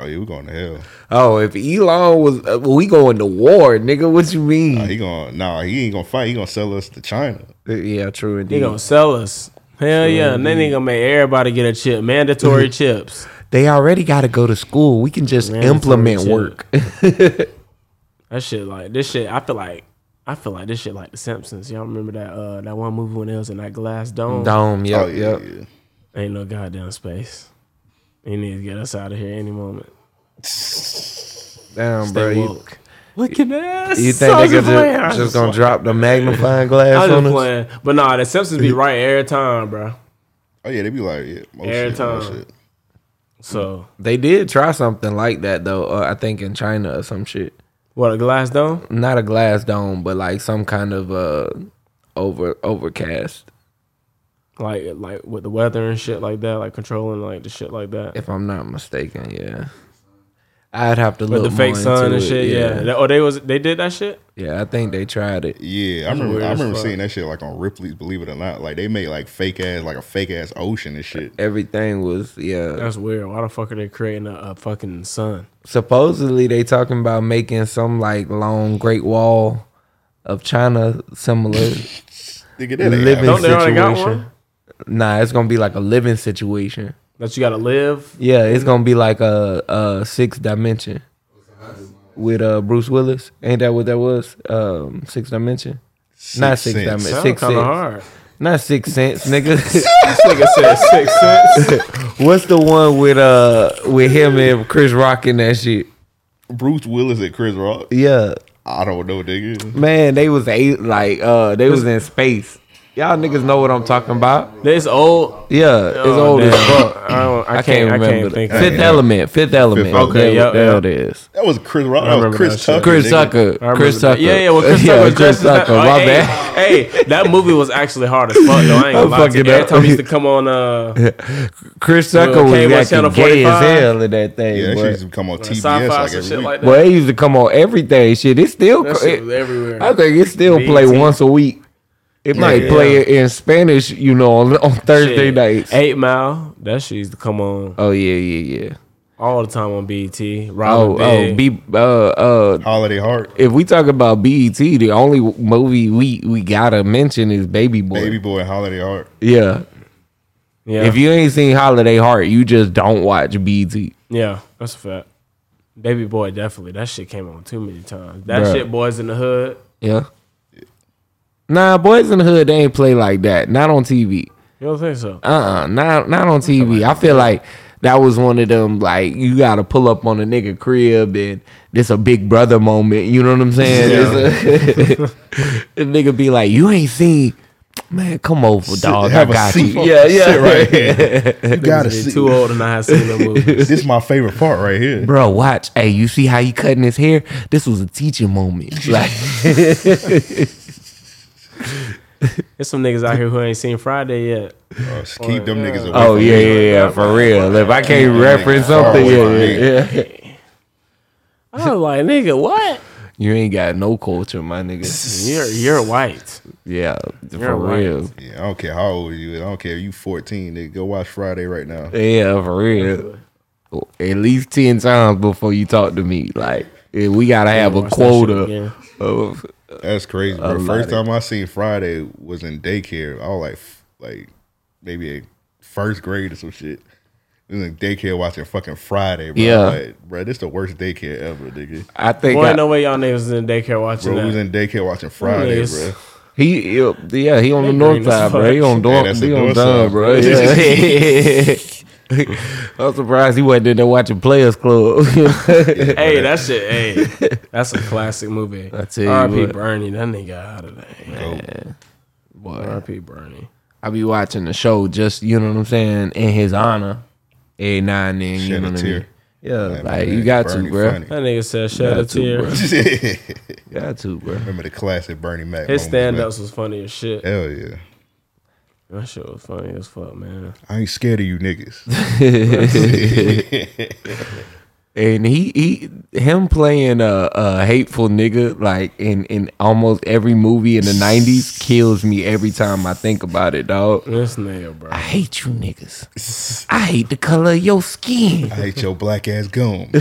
Speaker 1: Oh yeah, we going to hell.
Speaker 2: Oh, if Elon was, uh, well, we going to war, nigga. What you
Speaker 1: Nah,
Speaker 2: mean?
Speaker 1: he gonna nah, he ain't gonna fight. He gonna sell us to China.
Speaker 2: Oh, yeah, true
Speaker 3: He
Speaker 2: indeed.
Speaker 3: gonna sell us. Hell yeah. And then he gonna make everybody get a chip. Mandatory chips.
Speaker 2: they already got to go to school. We can just
Speaker 3: Man,
Speaker 2: implement
Speaker 3: that's what
Speaker 2: work.
Speaker 3: That shit like this shit. I feel like I feel like this shit like The Simpsons. Y'all remember that uh that one movie when it was in that glass dome?
Speaker 2: Dome, yep,
Speaker 1: oh yeah,
Speaker 2: yep.
Speaker 1: yeah.
Speaker 3: Ain't no goddamn space. He needs to get us out of here any moment.
Speaker 2: Damn, bro.
Speaker 3: Stay
Speaker 2: You,
Speaker 3: woke. Look at this.
Speaker 2: you think
Speaker 3: I
Speaker 2: they
Speaker 3: was
Speaker 2: could
Speaker 3: playing. I
Speaker 2: just,
Speaker 3: was
Speaker 2: just gonna
Speaker 3: fucking-
Speaker 2: drop the magnifying glass
Speaker 3: I was
Speaker 2: on
Speaker 3: just
Speaker 2: us?
Speaker 3: playing, but nah, the Simpsons be right every time, bro.
Speaker 1: Oh yeah, they be like yeah, most
Speaker 3: Every
Speaker 1: shit, most
Speaker 3: time.
Speaker 1: shit.
Speaker 3: So
Speaker 2: They did try something like that though. Uh, I think in China or some shit.
Speaker 3: what a glass dome?
Speaker 2: Not a glass dome, but like some kind of uh over overcast.
Speaker 3: Like like with the weather and shit like that, like controlling like the shit like that.
Speaker 2: If I'm not mistaken, yeah. I'd have to
Speaker 3: With
Speaker 2: look
Speaker 3: the fake
Speaker 2: more
Speaker 3: sun
Speaker 2: into
Speaker 3: and
Speaker 2: it,
Speaker 3: shit, yeah.
Speaker 2: yeah.
Speaker 3: That- Oh, they was they did that shit.
Speaker 2: Yeah, I think they tried it.
Speaker 1: Yeah, I remember.
Speaker 3: weird
Speaker 1: I
Speaker 3: as
Speaker 1: remember
Speaker 3: fuck.
Speaker 1: seeing that shit like on Ripley's Believe It or Not. Like they made like fake ass like a fake ass ocean and shit.
Speaker 2: Everything was yeah.
Speaker 3: That's weird. Why the fuck are they creating a, a fucking sun?
Speaker 2: Supposedly they talking about making some like long Great Wall of China similar.
Speaker 1: Nigga, that ain't
Speaker 2: Living-
Speaker 1: happening.
Speaker 3: Don't they already got
Speaker 2: Situation.
Speaker 3: one?
Speaker 2: nah, it's gonna be like a living situation.
Speaker 3: That you gotta live.
Speaker 2: Yeah, it's gonna be like a, a six dimension with uh Bruce Willis. Ain't that what that was? Um, six dimension. not six
Speaker 1: Sense.
Speaker 2: dimension.
Speaker 3: Sound
Speaker 2: Six
Speaker 3: kind of
Speaker 2: cents.
Speaker 3: hard.
Speaker 2: Not six cents, nigga.
Speaker 3: Nigga said six cents.
Speaker 2: What's the one with uh with him and Chris Rock and that shit?
Speaker 1: Bruce Willis and Chris Rock.
Speaker 2: Yeah,
Speaker 1: I don't know, nigga.
Speaker 2: man, they was eight like uh they was in space. Y'all niggas know what I'm talking about.
Speaker 3: This old.
Speaker 2: Yeah, it's
Speaker 3: oh,
Speaker 2: old as
Speaker 3: damn.
Speaker 2: fuck.
Speaker 3: I, don't, I,
Speaker 2: I
Speaker 3: can't,
Speaker 2: can't
Speaker 3: I
Speaker 2: remember.
Speaker 3: can't
Speaker 2: the-
Speaker 3: think. of
Speaker 2: Fifth
Speaker 3: it.
Speaker 2: Element. Fifth Element.
Speaker 1: Okay,
Speaker 2: yeah,
Speaker 3: yep,
Speaker 2: there it
Speaker 3: yep.
Speaker 2: is.
Speaker 1: That was Chris Rock. That
Speaker 3: remember
Speaker 1: was Chris
Speaker 3: that shit.
Speaker 1: Tucker.
Speaker 2: Chris
Speaker 1: nigga.
Speaker 2: Tucker.
Speaker 3: I remember
Speaker 2: Chris
Speaker 3: that.
Speaker 2: Tucker.
Speaker 3: Yeah, yeah. Well, Chris
Speaker 2: Yeah,
Speaker 3: Tucker. was
Speaker 2: Chris
Speaker 3: dressed as
Speaker 2: Tucker,
Speaker 3: that. Oh,
Speaker 2: my
Speaker 3: hey,
Speaker 2: bad.
Speaker 3: Hey, that movie was actually hard as fuck. Though. I ain't gonna
Speaker 2: I'm
Speaker 3: lie to you.
Speaker 2: fucking
Speaker 3: Every
Speaker 2: up.
Speaker 3: time he used to come on, uh,
Speaker 2: Chris
Speaker 3: Well,
Speaker 2: Tucker
Speaker 3: K1
Speaker 2: was
Speaker 3: Channel
Speaker 2: acting gay
Speaker 3: 45.
Speaker 2: as hell in that thing.
Speaker 1: Yeah, that shit
Speaker 2: boy.
Speaker 1: used to come on TBS
Speaker 3: sci-fi
Speaker 1: like
Speaker 3: and
Speaker 1: every
Speaker 3: shit
Speaker 1: week.
Speaker 3: like that.
Speaker 2: Boy, it used to come on everything. Shit, it still.
Speaker 3: that shit was everywhere.
Speaker 2: I think it still play
Speaker 3: BET.
Speaker 2: once a week. It might
Speaker 3: yeah.
Speaker 2: play it in Spanish, you know, on, on Thursday
Speaker 3: Shit.
Speaker 2: nights.
Speaker 3: Eight Mile. That shit used to come on
Speaker 2: Oh yeah, yeah, yeah.
Speaker 3: all the time on BET. Robin
Speaker 2: Oh, oh,
Speaker 3: Big.
Speaker 2: be uh, uh.
Speaker 1: Holiday Heart,
Speaker 2: If we talk about BET, the only movie we we gotta mention is Baby Boy.
Speaker 1: Baby Boy, and Holiday Heart.
Speaker 2: Yeah.
Speaker 3: yeah,
Speaker 2: If you ain't seen Holiday Heart, you just don't watch E BET.
Speaker 3: yeah, that's a fact. Baby boy, definitely. That shit came on too many times. That
Speaker 2: Bruh.
Speaker 3: shit, boys in the hood.
Speaker 2: Yeah. Nah, Boys in the Hood they ain't play like that. Not on TV.
Speaker 3: You don't think so?
Speaker 2: Uh, uh not not on TV. I feel like that was one of them like you got to pull up on a nigga crib and this a big brother moment. You know what I'm saying? It's a- the nigga be like, you ain't seen. Man, come over, dog.
Speaker 1: have
Speaker 2: I
Speaker 1: a
Speaker 2: got
Speaker 1: seat.
Speaker 2: you. Yeah, yeah,
Speaker 1: Sit right
Speaker 2: right.
Speaker 1: here. You gotta
Speaker 3: They
Speaker 1: see.
Speaker 3: Too old and I had seen the movie.
Speaker 1: This is my favorite part right here.
Speaker 2: Bro, watch. Hey, you see how he cutting his hair? This was a teaching moment. Like,
Speaker 3: There's some niggas out here who ain't seen Friday yet.
Speaker 1: Bro, just keep them niggas away.
Speaker 2: oh
Speaker 1: from me.
Speaker 2: yeah, yeah, yeah, for real. If I can't reference something, yeah, Oh, yeah, yeah.
Speaker 3: I was like, nigga, what?
Speaker 2: You ain't got no culture, my nigga.
Speaker 3: You're you're white.
Speaker 2: Yeah,
Speaker 3: You're
Speaker 2: for
Speaker 3: right.
Speaker 2: real.
Speaker 1: Yeah, I don't care how old you is. I don't care if you 14, nigga. Go watch Friday right now.
Speaker 2: Yeah, for real. At least ten times before you talk to me. Like eh, we gotta have a
Speaker 3: Watch that shit
Speaker 2: quota
Speaker 3: again.
Speaker 2: of
Speaker 1: That's crazy, bro.
Speaker 2: lot
Speaker 1: First
Speaker 2: of-
Speaker 1: time I seen Friday was in daycare. I was like, f- like maybe a first grade or some shit. We was in daycare watching fucking Friday, bro.
Speaker 2: Yeah.
Speaker 1: Like, bro, this the worst daycare ever, nigga.
Speaker 2: I think
Speaker 3: Boy,
Speaker 2: I-
Speaker 3: ain't no way y'all niggas in daycare watching
Speaker 1: Bro, we was
Speaker 3: that.
Speaker 1: in daycare watching Friday,
Speaker 3: Yes.
Speaker 1: bro.
Speaker 2: he eh, yeah, he on the
Speaker 3: They
Speaker 2: north
Speaker 3: green as
Speaker 2: side, bro.
Speaker 3: fuck.
Speaker 2: He on
Speaker 1: Yeah,
Speaker 2: dorm,
Speaker 1: that's
Speaker 2: he
Speaker 1: the
Speaker 2: on
Speaker 1: north
Speaker 2: dumb,
Speaker 1: side.
Speaker 2: bro. Yeah. I'm surprised he wasn't in there watching Players Club.
Speaker 3: Hey, that shit. Hey, that's a classic movie.
Speaker 2: I tell you
Speaker 3: R.P.
Speaker 2: what.
Speaker 3: Bernie. That nigga out of there.
Speaker 2: Boy,
Speaker 3: R.P. Bernie.
Speaker 2: I be watching the show just you know what I'm saying in his honor. Every now and then, you
Speaker 1: Shed
Speaker 2: know
Speaker 1: a
Speaker 2: what I
Speaker 1: tear.
Speaker 2: mean. Yeah,
Speaker 1: Man,
Speaker 2: like
Speaker 1: man,
Speaker 2: you got
Speaker 1: Bernie
Speaker 2: to, bro.
Speaker 1: funny.
Speaker 3: That nigga said, "Shed a
Speaker 2: Got to,
Speaker 3: tear."
Speaker 2: bro. Got to, bro.
Speaker 1: Remember the classic Bernie Mac.
Speaker 3: His
Speaker 1: moments,
Speaker 3: stand
Speaker 1: man.
Speaker 3: ups was funny as shit.
Speaker 1: Hell yeah.
Speaker 3: That shit was funny as fuck, man.
Speaker 1: I ain't scared of you niggas.
Speaker 2: and he he him playing a, a hateful nigga like in in almost every movie in the 90s kills me every time i think about it dog
Speaker 3: This nigga, bro.
Speaker 2: i hate you niggas i hate the color of your skin
Speaker 1: I hate your black ass gum.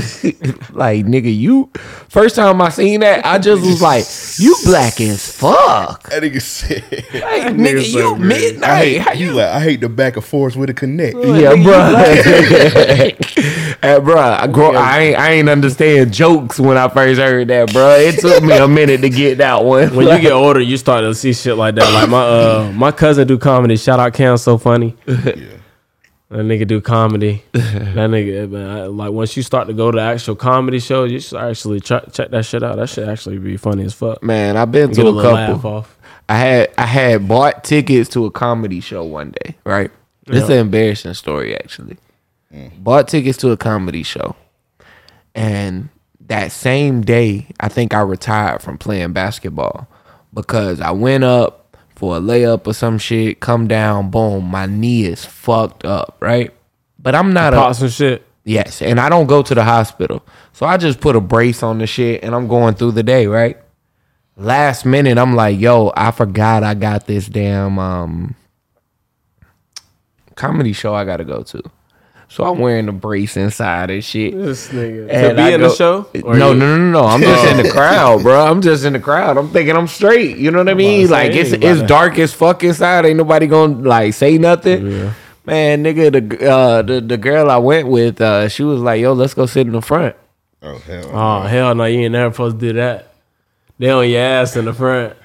Speaker 2: like nigga you first time i seen that i just was like you black as fuck
Speaker 1: That nigga said.
Speaker 2: like nigga
Speaker 3: so
Speaker 2: you
Speaker 3: great.
Speaker 2: midnight how you
Speaker 1: You like, I hate the back and forth with a connect.
Speaker 2: Yeah, bruh. hey, bruh, I, grow, I, ain't, I ain't understand jokes when I first heard that, bruh. It took me a minute to get that one.
Speaker 3: When you get older, you start to see shit like that. Like my uh my cousin do comedy. Shout out Cam, so funny. That nigga do comedy. That nigga, man, I, like once you start to go to actual comedy shows, you should actually ch- check that shit out. That should actually be funny as fuck.
Speaker 2: Man, I've been
Speaker 3: Get
Speaker 2: to a
Speaker 3: a little laugh
Speaker 2: couple.
Speaker 3: off.
Speaker 2: I had I had bought tickets to a comedy show one day, right? This is an embarrassing story actually. Bought tickets to a comedy show. And that same day, I think I retired from playing basketball because I went up for a layup or some shit, come down, boom, my knee is fucked up, right? But I'm not a
Speaker 3: Pop some shit.
Speaker 2: Yes, and I don't go to the hospital. So I just put a brace on the shit and I'm going through the day, right? Last minute, I'm like, yo, I forgot I got this damn um comedy show I gotta go to. So I'm wearing the brace inside and shit.
Speaker 3: This nigga
Speaker 2: And
Speaker 3: to be
Speaker 2: I
Speaker 3: in
Speaker 2: go-
Speaker 3: the show. Oh.
Speaker 2: No, no, no, no, no. I'm just in the crowd, bro. I'm just in the crowd. I'm thinking I'm straight. You know what I mean?
Speaker 3: about to say,
Speaker 2: Like it's
Speaker 3: ain't about
Speaker 2: it's
Speaker 3: to-
Speaker 2: dark as fuck inside. Ain't nobody gonna like say nothing. Man, nigga, the uh, the the girl I went with, uh, she was like, "Yo, let's go sit in the front."
Speaker 1: Oh hell.
Speaker 3: Oh hell no, you ain't never supposed to do that. They on your ass in the front.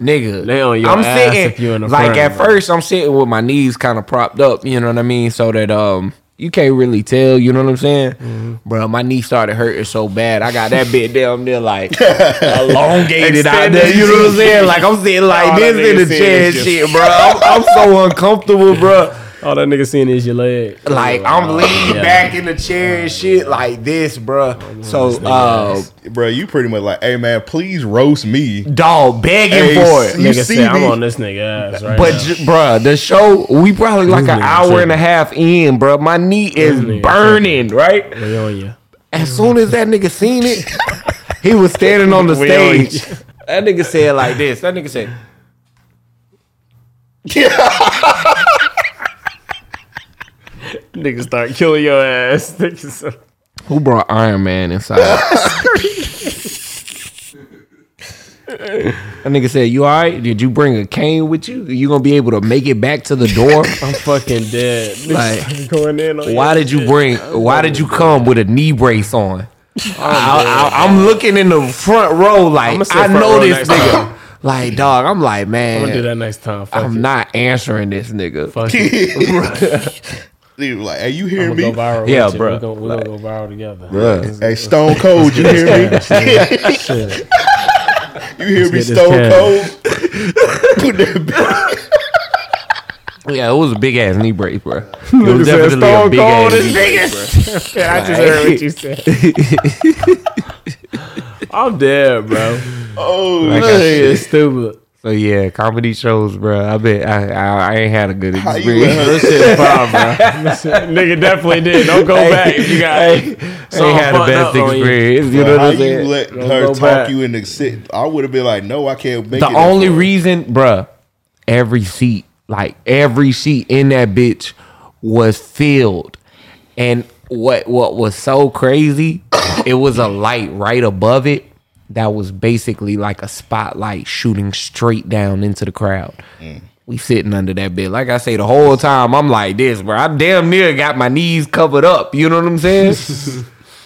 Speaker 2: Nigga,
Speaker 3: They on your
Speaker 2: I'm
Speaker 3: ass
Speaker 2: sitting
Speaker 3: if you in the
Speaker 2: like
Speaker 3: front,
Speaker 2: at
Speaker 3: bro.
Speaker 2: first I'm sitting with my knees kind of propped up, you know what I mean, so that um you can't really tell. You know what I'm saying,
Speaker 3: Mm-hmm.
Speaker 2: bro? My knee started hurting so bad. I got that bit damn near like elongated out there. You know what I'm saying? Like I'm sitting like
Speaker 3: All that
Speaker 2: this in
Speaker 3: nigga
Speaker 2: the
Speaker 3: said
Speaker 2: chair, and
Speaker 3: is just-
Speaker 2: shit, bro. I'm, I'm so uncomfortable, bro.
Speaker 3: All that nigga seeing is your leg.
Speaker 2: Like I'm leaning back in the chair and shit like this, bruh. So, uh,
Speaker 1: bro. You pretty much like, hey man, please roast me.
Speaker 2: dog begging
Speaker 1: Hey,
Speaker 2: for it.
Speaker 1: you
Speaker 3: Nigga
Speaker 1: see
Speaker 3: said, I'm
Speaker 1: me?
Speaker 3: on this nigga ass right
Speaker 2: But
Speaker 3: now.
Speaker 2: j- bruh, the show we probably like an
Speaker 3: niggas
Speaker 2: hour and
Speaker 3: tripping.
Speaker 2: a half in, bruh. My knee is
Speaker 3: niggas
Speaker 2: burning, right?
Speaker 3: We on you.
Speaker 2: As soon as that nigga seen it, he was standing on the
Speaker 3: We on
Speaker 2: stage. That nigga said like this. That nigga said,
Speaker 3: Nigga start killing your ass. Niggas.
Speaker 2: "Who brought Iron Man inside?" that nigga said, "You all right? Did you bring a cane with you? You gonna be able to make it back to the door?"
Speaker 3: I'm fucking dead. Niggas
Speaker 2: Like,
Speaker 3: start going in on
Speaker 2: Why
Speaker 3: you.
Speaker 2: did you bring? Why did you come with a knee brace on? I, I, am looking in the front row, like
Speaker 3: I'ma sit
Speaker 2: I
Speaker 3: front
Speaker 2: know
Speaker 3: row
Speaker 2: this
Speaker 3: next time.
Speaker 2: nigga. Like dog, I'm like
Speaker 3: I'm gonna do
Speaker 2: man,
Speaker 3: that next time. Fuck
Speaker 2: I'm
Speaker 3: it.
Speaker 2: not answering this nigga.
Speaker 3: Fuck it.
Speaker 1: They were like, hey, you hear
Speaker 3: I'm gonna
Speaker 1: me?
Speaker 3: go viral.
Speaker 2: Yeah,
Speaker 3: with you.
Speaker 2: bruh.
Speaker 3: We gonna, we gonna go viral together.
Speaker 1: Hey, Stone Cold, you hear me?
Speaker 3: Shit.
Speaker 1: You hear me,
Speaker 3: get this
Speaker 1: Stone
Speaker 3: cat.
Speaker 1: Cold? Put that
Speaker 2: Yeah, it was a big ass knee brace, bro. It was definitely a big ass. knee brace.
Speaker 3: I just heard what you said. I'm dead, bro.
Speaker 1: oh,
Speaker 3: Like, that shit is stupid.
Speaker 2: So yeah, comedy shows, bro. I bet I, I, I ain't had a good
Speaker 1: How you let
Speaker 2: experience.
Speaker 1: her sit by, bro?
Speaker 3: Nigga definitely did. Don't go back. You got
Speaker 2: I ain't had the
Speaker 3: fucked up
Speaker 2: best
Speaker 3: on you.
Speaker 2: experience. You know
Speaker 1: How
Speaker 2: what I'm
Speaker 1: you
Speaker 2: saying?
Speaker 1: let
Speaker 3: Don't
Speaker 1: her
Speaker 3: go
Speaker 1: talk
Speaker 3: back.
Speaker 1: you into sit? I would have been like, no, I can't make
Speaker 2: The
Speaker 1: it.
Speaker 2: only
Speaker 1: anymore.
Speaker 2: reason, bruh, every seat, like every seat in that bitch was filled. And what what was so crazy, it was a light right above it that was basically like a spotlight shooting straight down into the crowd.
Speaker 1: Mm.
Speaker 2: We sitting under that bit. Like I say, the whole time I'm like this, bro. I damn near got my knees covered up. You know what I'm saying?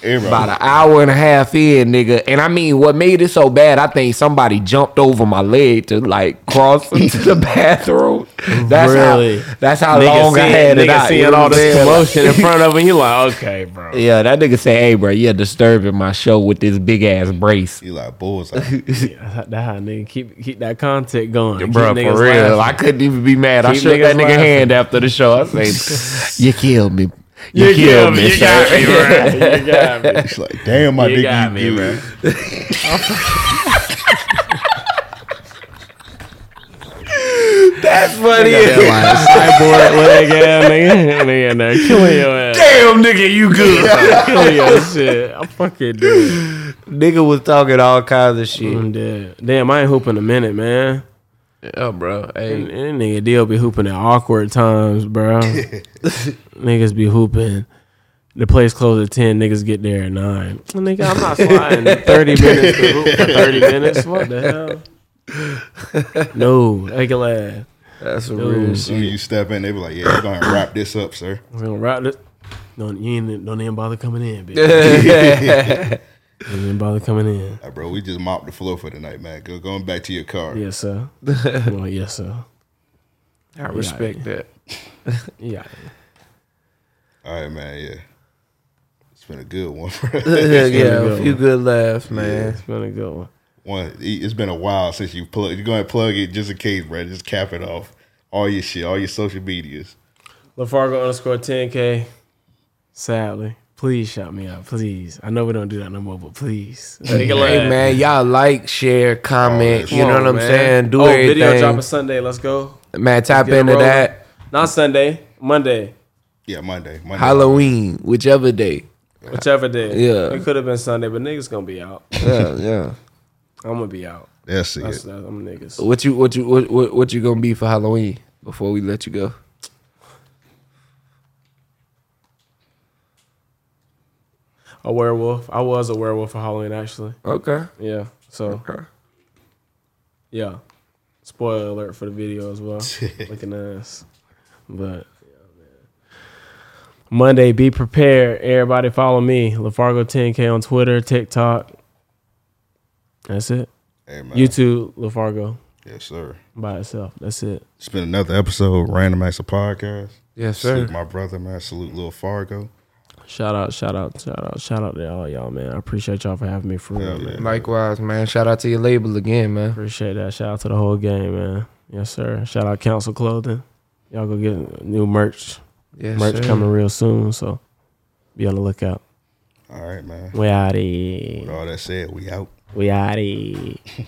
Speaker 1: Everybody.
Speaker 2: about an hour and a half in, nigga. And I mean, what made it so bad? I think somebody jumped over my leg to like cross into the bathroom. That's
Speaker 3: Really?
Speaker 2: how. That's how
Speaker 3: Nigga
Speaker 2: long I
Speaker 3: seeing-
Speaker 2: had it
Speaker 3: nigga
Speaker 2: out. you
Speaker 3: seeing
Speaker 2: know
Speaker 3: all
Speaker 2: what I'm
Speaker 3: this
Speaker 2: saying?
Speaker 3: commotion in front of him. You like, okay, bro.
Speaker 2: Yeah, that nigga said, "Hey, bro, you're disturbing my show with this big ass brace."
Speaker 1: You like bullseye.
Speaker 3: Yeah, that how nigga keep keep that content going. Keep
Speaker 2: Bro, for
Speaker 3: niggas
Speaker 2: real,
Speaker 3: laughing.
Speaker 2: I couldn't even be mad. I
Speaker 3: Keep
Speaker 2: shook that
Speaker 3: niggas
Speaker 2: nigga
Speaker 3: laughing.
Speaker 2: hand after the show. I said, "You killed me. You,
Speaker 3: You
Speaker 2: killed me,
Speaker 3: You
Speaker 2: sir."
Speaker 3: got me, bro. You got me.
Speaker 1: She's like, damn, my
Speaker 3: You
Speaker 1: dick.
Speaker 3: got me,
Speaker 1: do.
Speaker 3: bro.
Speaker 2: That's funny.
Speaker 3: Cyborg leg ass nigga. Nigga in there killing your ass.
Speaker 2: Damn, nigga, you good.
Speaker 3: Killing your Oh, shit. I'm fucking dead.
Speaker 2: nigga was talking all kinds of shit.
Speaker 3: I'm dead. Damn, I ain't hooping a minute, man.
Speaker 2: Oh, bro. Hey,
Speaker 3: That nigga Dill be hooping at awkward times, bro. niggas be hooping. The place closed at ten. Niggas get there at nine. Nigga, I'm not sliding thirty minutes to hoop for thirty minutes. What the hell? No, I can laugh.
Speaker 2: that's some
Speaker 3: Dude.
Speaker 2: real
Speaker 1: As soon as you step in, they be like, yeah, you're going to wrap this up, sir.
Speaker 3: We gonna wrap this. Don't you ain't, don't even bother coming in, bitch. don't even bother coming in.
Speaker 1: Like, bro, we just mopped the floor for the night, man. Go going back to your car.
Speaker 3: Yes, sir. well, yes, sir.
Speaker 2: I respect that.
Speaker 3: Yeah.
Speaker 1: All right, man. Yeah. It's been a good one, bro.
Speaker 3: Yeah,
Speaker 2: yeah,
Speaker 3: a
Speaker 2: a
Speaker 3: few
Speaker 2: few good laughs, man.
Speaker 3: It's been a good one.
Speaker 1: one. It's been a while since you plug. You're going to plug it just in case, bro. Just cap it off. All your shit, all your social medias.
Speaker 3: LaFargo underscore 10K. Sadly. Please shout me out. Please. I know we don't do that no more, but please. Nigga,
Speaker 2: Hey man, y'all like, share, comment.
Speaker 1: Oh,
Speaker 2: you know what I'm saying? Do
Speaker 3: oh,
Speaker 2: everything.
Speaker 3: video dropping Sunday. Let's go.
Speaker 2: man, tap
Speaker 3: Get it
Speaker 2: into
Speaker 3: rolling.
Speaker 2: that.
Speaker 3: Not Sunday. Monday.
Speaker 1: Yeah, Monday. Monday.
Speaker 2: Halloween, whichever day.
Speaker 3: Whichever day.
Speaker 2: Yeah.
Speaker 3: It could have been Sunday, but niggas gonna be out.
Speaker 2: Yeah, yeah.
Speaker 3: I'm gonna be out.
Speaker 1: That's it.
Speaker 3: That's, that's, I'm niggas.
Speaker 2: What you what you what, what what you gonna be for Halloween before we let you go?
Speaker 3: A werewolf. I was a werewolf for Halloween, actually.
Speaker 2: Okay.
Speaker 3: Yeah. So,
Speaker 2: Okay.
Speaker 3: yeah. Spoiler alert for the video as well. Looking nice. But Monday, be prepared. Everybody follow me. LaFargo 10K on Twitter, TikTok. That's it.
Speaker 1: Hey, man.
Speaker 3: YouTube, LaFargo
Speaker 1: Yes, sir.
Speaker 3: by itself. That's it.
Speaker 1: It's been another episode of Random Acts of Podcast.
Speaker 2: Yes,
Speaker 1: Salute my brother, man. Salute Lil Fargo.
Speaker 3: Shout out, shout out, shout out, shout out to all y'all, man. I appreciate y'all for having me for real,
Speaker 1: Yeah,
Speaker 3: man.
Speaker 1: man.
Speaker 2: Likewise, man. Shout out to your label again, man.
Speaker 3: Appreciate that. Shout out to the whole game, man. Yes, sir. Shout out Council Clothing. Y'all go get new merch.
Speaker 2: Yes,
Speaker 3: merch
Speaker 2: sir.
Speaker 3: coming real soon, so be on the lookout.
Speaker 1: All right, man.
Speaker 3: We out
Speaker 1: With
Speaker 3: here.
Speaker 1: all that said, we out.
Speaker 3: We out here.